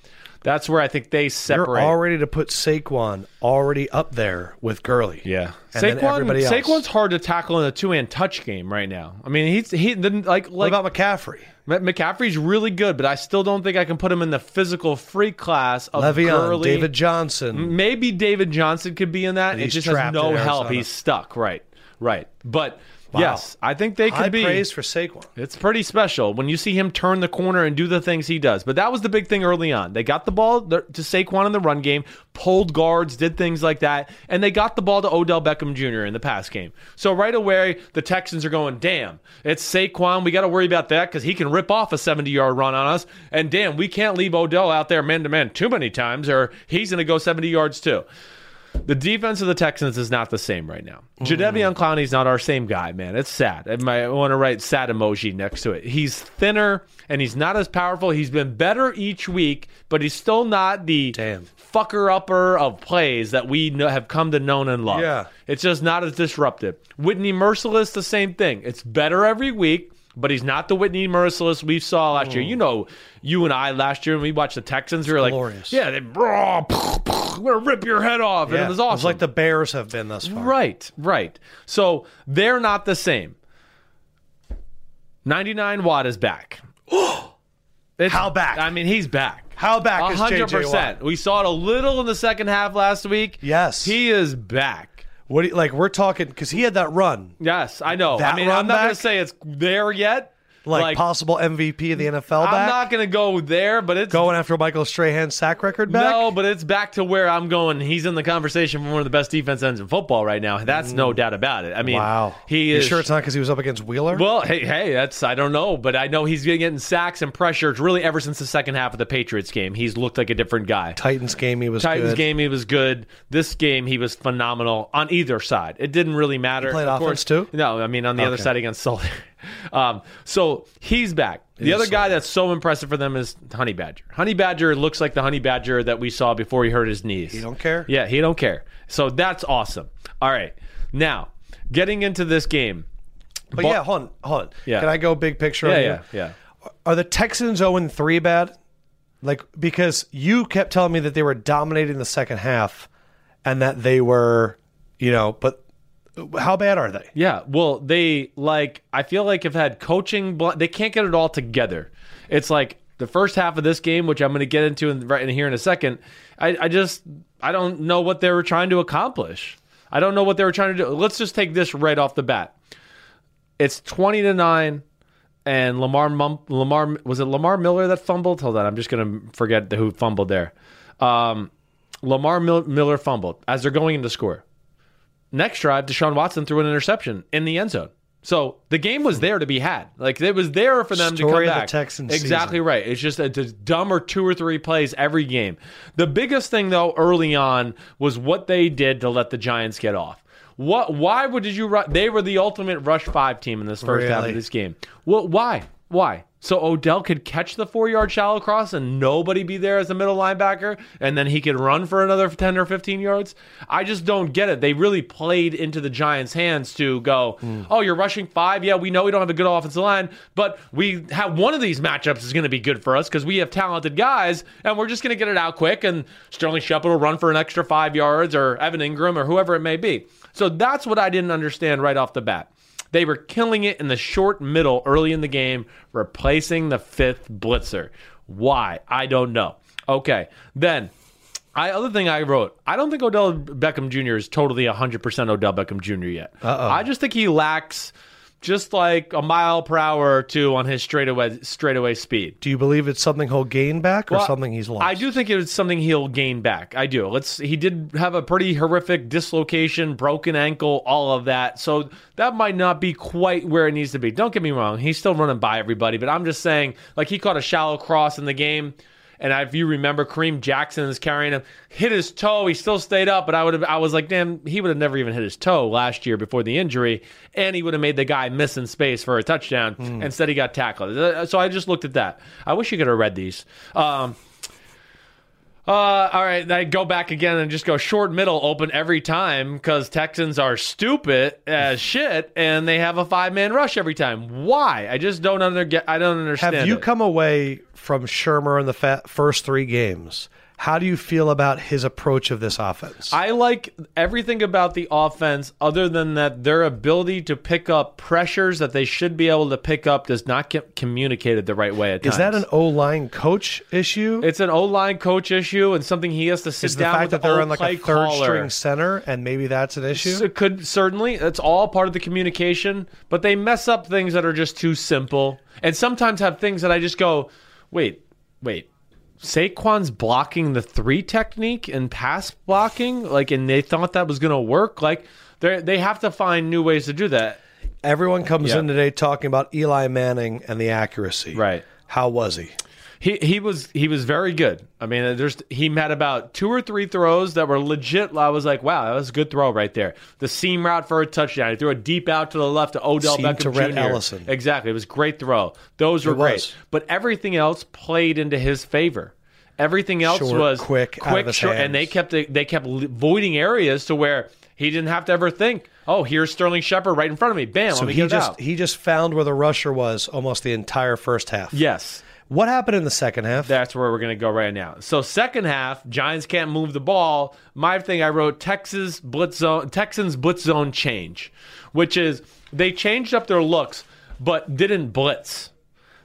That's where I think they You're separate. already to put Saquon already up there with Gurley. Yeah, And then everybody else. Saquon's hard to tackle in a two-man touch game right now. I mean, he's he then like What like about McCaffrey? Ma- McCaffrey's really good, but I still don't think I can put him in the physical free class of Le'Veon, Gurley. Mm, David Johnson. Maybe David Johnson could be in that. It he's just has trapped no in help. Arizona. He's stuck. Right, right. But yes, I think they could High be. praise for Saquon. It's pretty special when you see him turn the corner and do the things he does. But that was the big thing early on. They got the ball th- to Saquon in the run game, pulled guards, did things like that, and they got the ball to Odell Beckham Jr. in the pass game. So right away, the Texans are going, damn, it's Saquon. We got to worry about that because he can rip off a 70 yard run on us. And damn, we can't leave Odell out there man to man too many times or he's going to go 70 yards too. The defense of the Texans is not the same right now. Mm. Jadeveon Clowney's not our same guy, man. It's sad. I might want to write sad emoji next to it. He's thinner and he's not as powerful. He's been better each week, but he's still not the Damn. fucker upper of plays that we know, have come to know and love. Yeah. It's just not as disruptive. Whitney Merciless, the same thing. It's better every week, but he's not the Whitney Merciless we saw last Mm. year. You know, you and I last year when we watched the Texans, we were like, glorious. yeah, they, bro, we're gonna rip your head off. And Yeah. it was awesome. It's like the Bears have been thus far. Right, right. So they're not the same. 99 Watt is back. It's- How back? I mean, he's back. How back is JJ 100%. We saw it a little in the second half last week. Yes. He is back. What do you, like we're talking because he had that run, Yes, I know. That I mean, run I'm not going back? to say it's there yet. like, possible MVP of the NFL I'm back, not going to go there, but it's going after Michael Strahan's sack record back. No, but it's back to where I'm going. He's in the conversation for one of the best defense ends in football right now. That's no doubt about it. I mean, Mm. wow. he You is sure it's not because he was up against Wheeler? Well, hey, hey, that's I don't know, but I know he's been getting sacks and pressures really ever since the second half of the Patriots game. He's looked like a different guy. Titans game he was Titans good. game he was good. This game he was phenomenal on either side. It didn't really matter. played Of offense, course- too? No, I mean on the other Okay. side against Sol. um, so he's back. The other guy that's so impressive for them is Honey Badger. Honey Badger looks like the Honey Badger that we saw before he hurt his knees. You don't care. Yeah, he don't care. So that's awesome. All right, now getting into this game. but Bar- yeah, hold on, hold on. Yeah. Can I go big picture? Yeah, on you? yeah, yeah. Are the Texans 0 3 bad? Like, because you kept telling me that they were dominating the second half and that they were, you know, but how bad are they? Yeah, well, they like I feel like have had coaching. Bl- they can't get it all together. It's like the first half of this game, which I'm going to get into in, right in here in a second. I, I just I don't know what they were trying to accomplish. I don't know what they were trying to do. Let's just take this right off the bat. It's twenty to nine, and Lamar Mum- Lamar was it Lamar Miller that fumbled? Hold on, I'm just going to forget who fumbled there. Um, Lamar Mil- Miller fumbled as they're going into score. Next drive, Deshaun Watson threw an interception in the end zone. So the game was there to be had. Like it was there for them Story to of come the back. Texans exactly right. It's just a d- dumb or two or three plays every game. The biggest thing though early on was what they did to let the Giants get off. What? Why would did you? Ru- they were the ultimate rush five team in this first half Really? of this game. Well, why? Why? So Odell could catch the four yard shallow cross and nobody be there as a middle linebacker, and then he could run for another 10 or 15 yards? I just don't get it. They really played into the Giants' hands to go, oh, you're rushing five. Yeah, we know we don't have a good offensive line, but we have one of these matchups is going to be good for us because we have talented guys, and we're just going to get it out quick, and Sterling Shepard will run for an extra five yards, or Evan Ingram, or whoever it may be. So that's what I didn't understand right off the bat. They were killing it in the short middle early in the game, replacing the fifth blitzer. Why? I don't know. Okay. Then, I other thing I wrote, I don't think Odell Beckham Jr. is totally 100% Odell Beckham Jr. yet. Uh-oh. I just think he lacks just like a mile per hour or two on his straightaway straightaway speed. Do you believe it's something he'll gain back or Well, something he's lost? I do think it was something he'll gain back. I do. Let's. He did have a pretty horrific dislocation, broken ankle, all of that. So that might not be quite where it needs to be. Don't get me wrong. He's still running by everybody, but I'm just saying, like he caught a shallow cross in the game. And if you remember, Kareem Jackson is carrying him, hit his toe. He still stayed up, but I would have. I was like, damn, he would have never even hit his toe last year before the injury, and he would have made the guy miss in space for a touchdown. Instead, he got tackled. Uh, So I just looked at that. I wish you could have read these. Um, uh, all right, I go back again and just go short middle open every time because Texans are stupid as shit and they have a five man rush every time. Why? I just don't under I don't understand. Have you it. come away from Shermer in the fa- first three games? How do you feel about his approach of this offense? I like everything about the offense, other than that their ability to pick up pressures that they should be able to pick up does not get communicated the right way. At Is that times. an O line coach issue? It's an O line coach issue and something he has to sit Is the down fact with that the they're O on like play a third caller. string center and maybe that's an issue? It could certainly. It's all part of the communication, but they mess up things that are just too simple, and sometimes have things that I just go, wait, wait. Saquon's blocking the three technique and pass blocking, like, and they thought that was going to work. Like, they they have to find new ways to do that. Everyone comes Yeah. in today talking about Eli Manning and the accuracy. Right. How was he? He he was he was very good. I mean, there's he had about two or three throws that were legit. I was like, wow, that was a good throw right there. The seam route for a touchdown. He threw a deep out to the left to Odell Seam Beckham to Rhett Jr. Ellison. Exactly, it was a great throw. Those were It was. great, but everything else played into his favor. Everything else Short, was quick, out of quick, his short, hands. and they kept they kept avoiding areas to where he didn't have to ever think. Oh, here's Sterling Shepard right in front of me. Bam, let me he get it just out. he just found where the rusher was almost the entire first half. yes. What happened in the second half? That's where we're going to go right now. So second half, Giants can't move the ball. My thing I wrote Texas blitz zone Texans blitz zone change, which is they changed up their looks but didn't blitz.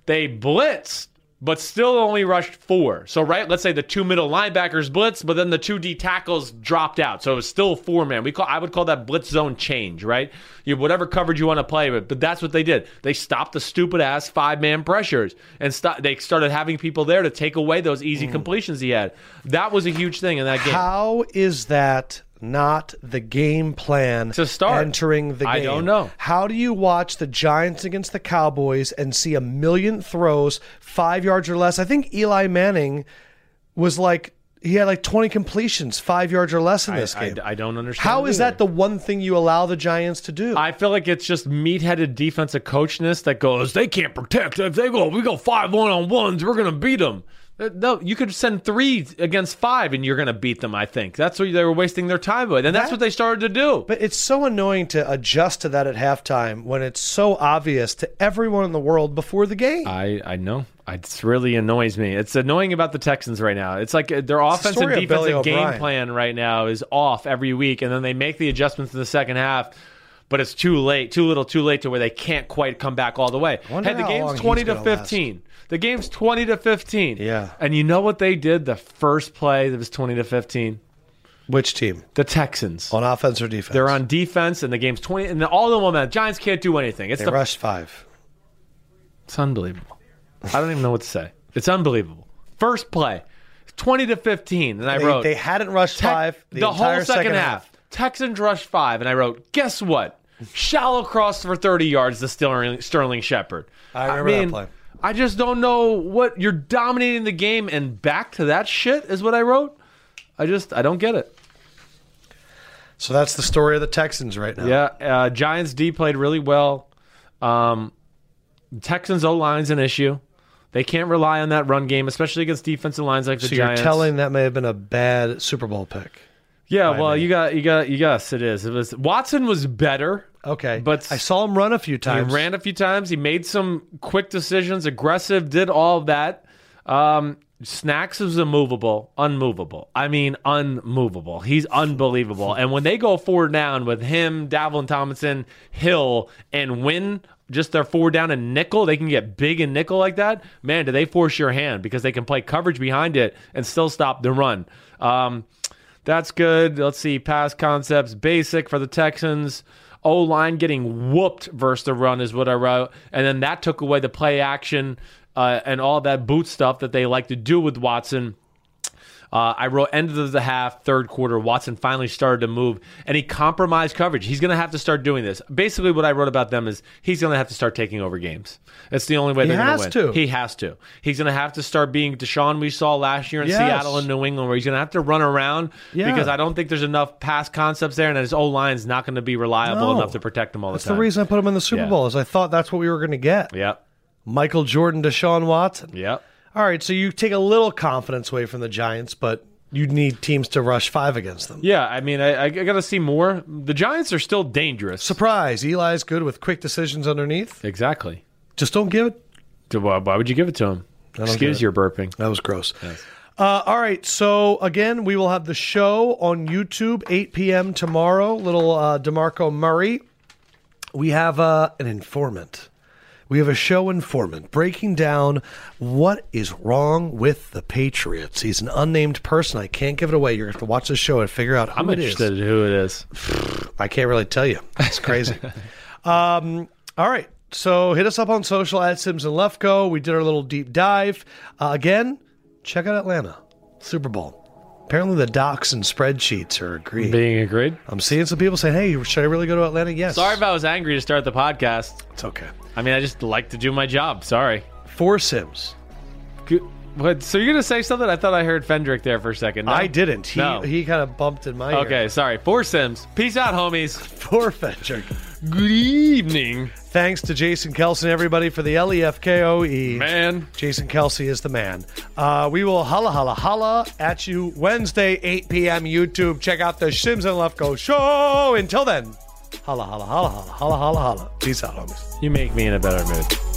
They blitzed but still only rushed four. So right, let's say the two middle linebackers blitz, but then the two D tackles dropped out. So it was still four man. We call I would call that blitz zone change, right? You whatever coverage you want to play, but but that's what they did. They stopped the stupid ass five man pressures and sto- they started having people there to take away those easy completions he had. That was a huge thing in that game. Mm. How is that not the game plan To start. entering the game? I don't know. How do you watch the Giants against the Cowboys and see a million throws, five yards or less? I think Eli Manning was like he had like twenty completions, five yards or less in this I, game. I don't understand. How is either. that the one thing you allow the Giants to do? I feel like it's just meat-headed defensive coachness that goes, they can't protect. If they go, we go five one-on-ones, we're going to beat them. Uh, No, you could send three against five and you're going to beat them, I think. That's what they were wasting their time with. And that's what they started to do. But it's so annoying to adjust to that at halftime when it's so obvious to everyone in the world before the game. I, I know. It's really annoys me. It's annoying about the Texans right now. It's like uh, their offense and story of Billy defensive game O'Brien. plan right now is off every week, and then they make the adjustments in the second half, but it's too late, too little, too late to where they can't quite come back all the way. wonder Hey, the how long game's he's twenty to gonna last. fifteen. The game's twenty to fifteen. Yeah. And you know what they did the first play that was twenty to fifteen? Which team? The Texans. On offense or defense? They're on defense, and the game's twenty, and all the momentum. Giants can't do anything. It's They the rushed five. It's unbelievable. I don't even know what to say. It's unbelievable. First play, twenty to fifteen, and I They, wrote they hadn't rushed Tec- five the, the, entire whole second half. Texans rushed five, and I wrote, guess what? Shallow cross for thirty yards to Sterling, Sterling Shepard. I remember that mean, play. I just don't know what you're dominating the game, and back to that shit is what I wrote. I just I don't get it. So that's the story of the Texans right now. Yeah, uh, Giants D played really well. Um, Texans O line's an issue. They can't rely on that run game, especially against defensive lines like the So Giants. you're telling that may have been a bad Super Bowl pick. yeah, well, you got, you got, you yes, it is. It was Watson was better. Okay. But- I saw him run a few He times. ran a few times. He made some quick decisions, aggressive, did all of that. Um, Snacks is immovable, unmovable. I mean, unmovable. He's unbelievable. And when they go four down with him, Davlin Tomlinson, Hill, and win just their four down and nickel, they can get big and nickel like that. Man, do they force your hand because they can play coverage behind it and still stop the run. Um, that's good. Let's see. Pass concepts, basic for the Texans. O line getting whooped versus the run is what I wrote. And then that took away the play action uh, and all that boot stuff that they like to do with Watson. Uh, I wrote end of the half, third quarter. Watson finally started to move, and he compromised coverage. He's going to have to start doing this. Basically, what I wrote about them is he's going to have to start taking over games. That's the only way He they're going has win. to. He has to. He's going to have to start being Deshaun we saw last year in Yes. Seattle and New England, where he's going to have to run around Yeah. because I don't think there's enough pass concepts there, and his O line's not going to be reliable No. enough to protect him all That's the time. the reason I put him in the Super Yeah. Bowl is I thought that's what we were going to get. Yep. Michael Jordan, Deshaun Watson. Yep. All right, so you take a little confidence away from the Giants, but you need teams to rush five against them. Yeah, I mean, I, I got to see more. The Giants are still dangerous. Surprise, Eli's good with quick decisions underneath. exactly. Just don't give it. D- Why, why would you give it to him? don't get Excuse it. your burping. That was gross. Uh, all right, so again, we will have the show on YouTube, 8 p.m. tomorrow. Little uh, DeMarco Murray. We have uh, an informant. We have a show informant breaking down what is wrong with the Patriots. He's an unnamed person. I can't give it away. You're going to have to watch the show and figure out who I'm it is. interested in who it is. I can't really tell you. It's crazy. um, all right. So hit us up on social at Sims and Lefko. We did our little deep dive. Uh, again, check out Atlanta, Super Bowl. Apparently, the docs and spreadsheets are agreeing. Being agreed. I'm seeing some people saying, hey, should I really go to Atlanta? Yes. Sorry if I was angry to start the podcast. It's okay. I mean, I just like to do my job. Sorry. Four Sims. Good- What? So you're gonna say something? I thought I heard Fendrick there for a second. No? I didn't. He, No. he kind of bumped in my ear. Okay, sorry. Four Sims. Peace out, homies. Poor Fedrick. Good evening, Thanks to Jason Kelson, everybody, for the E LEFKOE. man. Jason Kelsey is the man. Uh, we will holla, holla, holla at you Wednesday, 8 p.m. YouTube. Check out the Shims and Lefko show. Until then, holla, holla, holla, holla, holla, holla, holla. Peace out, homies. You make me in a better mood.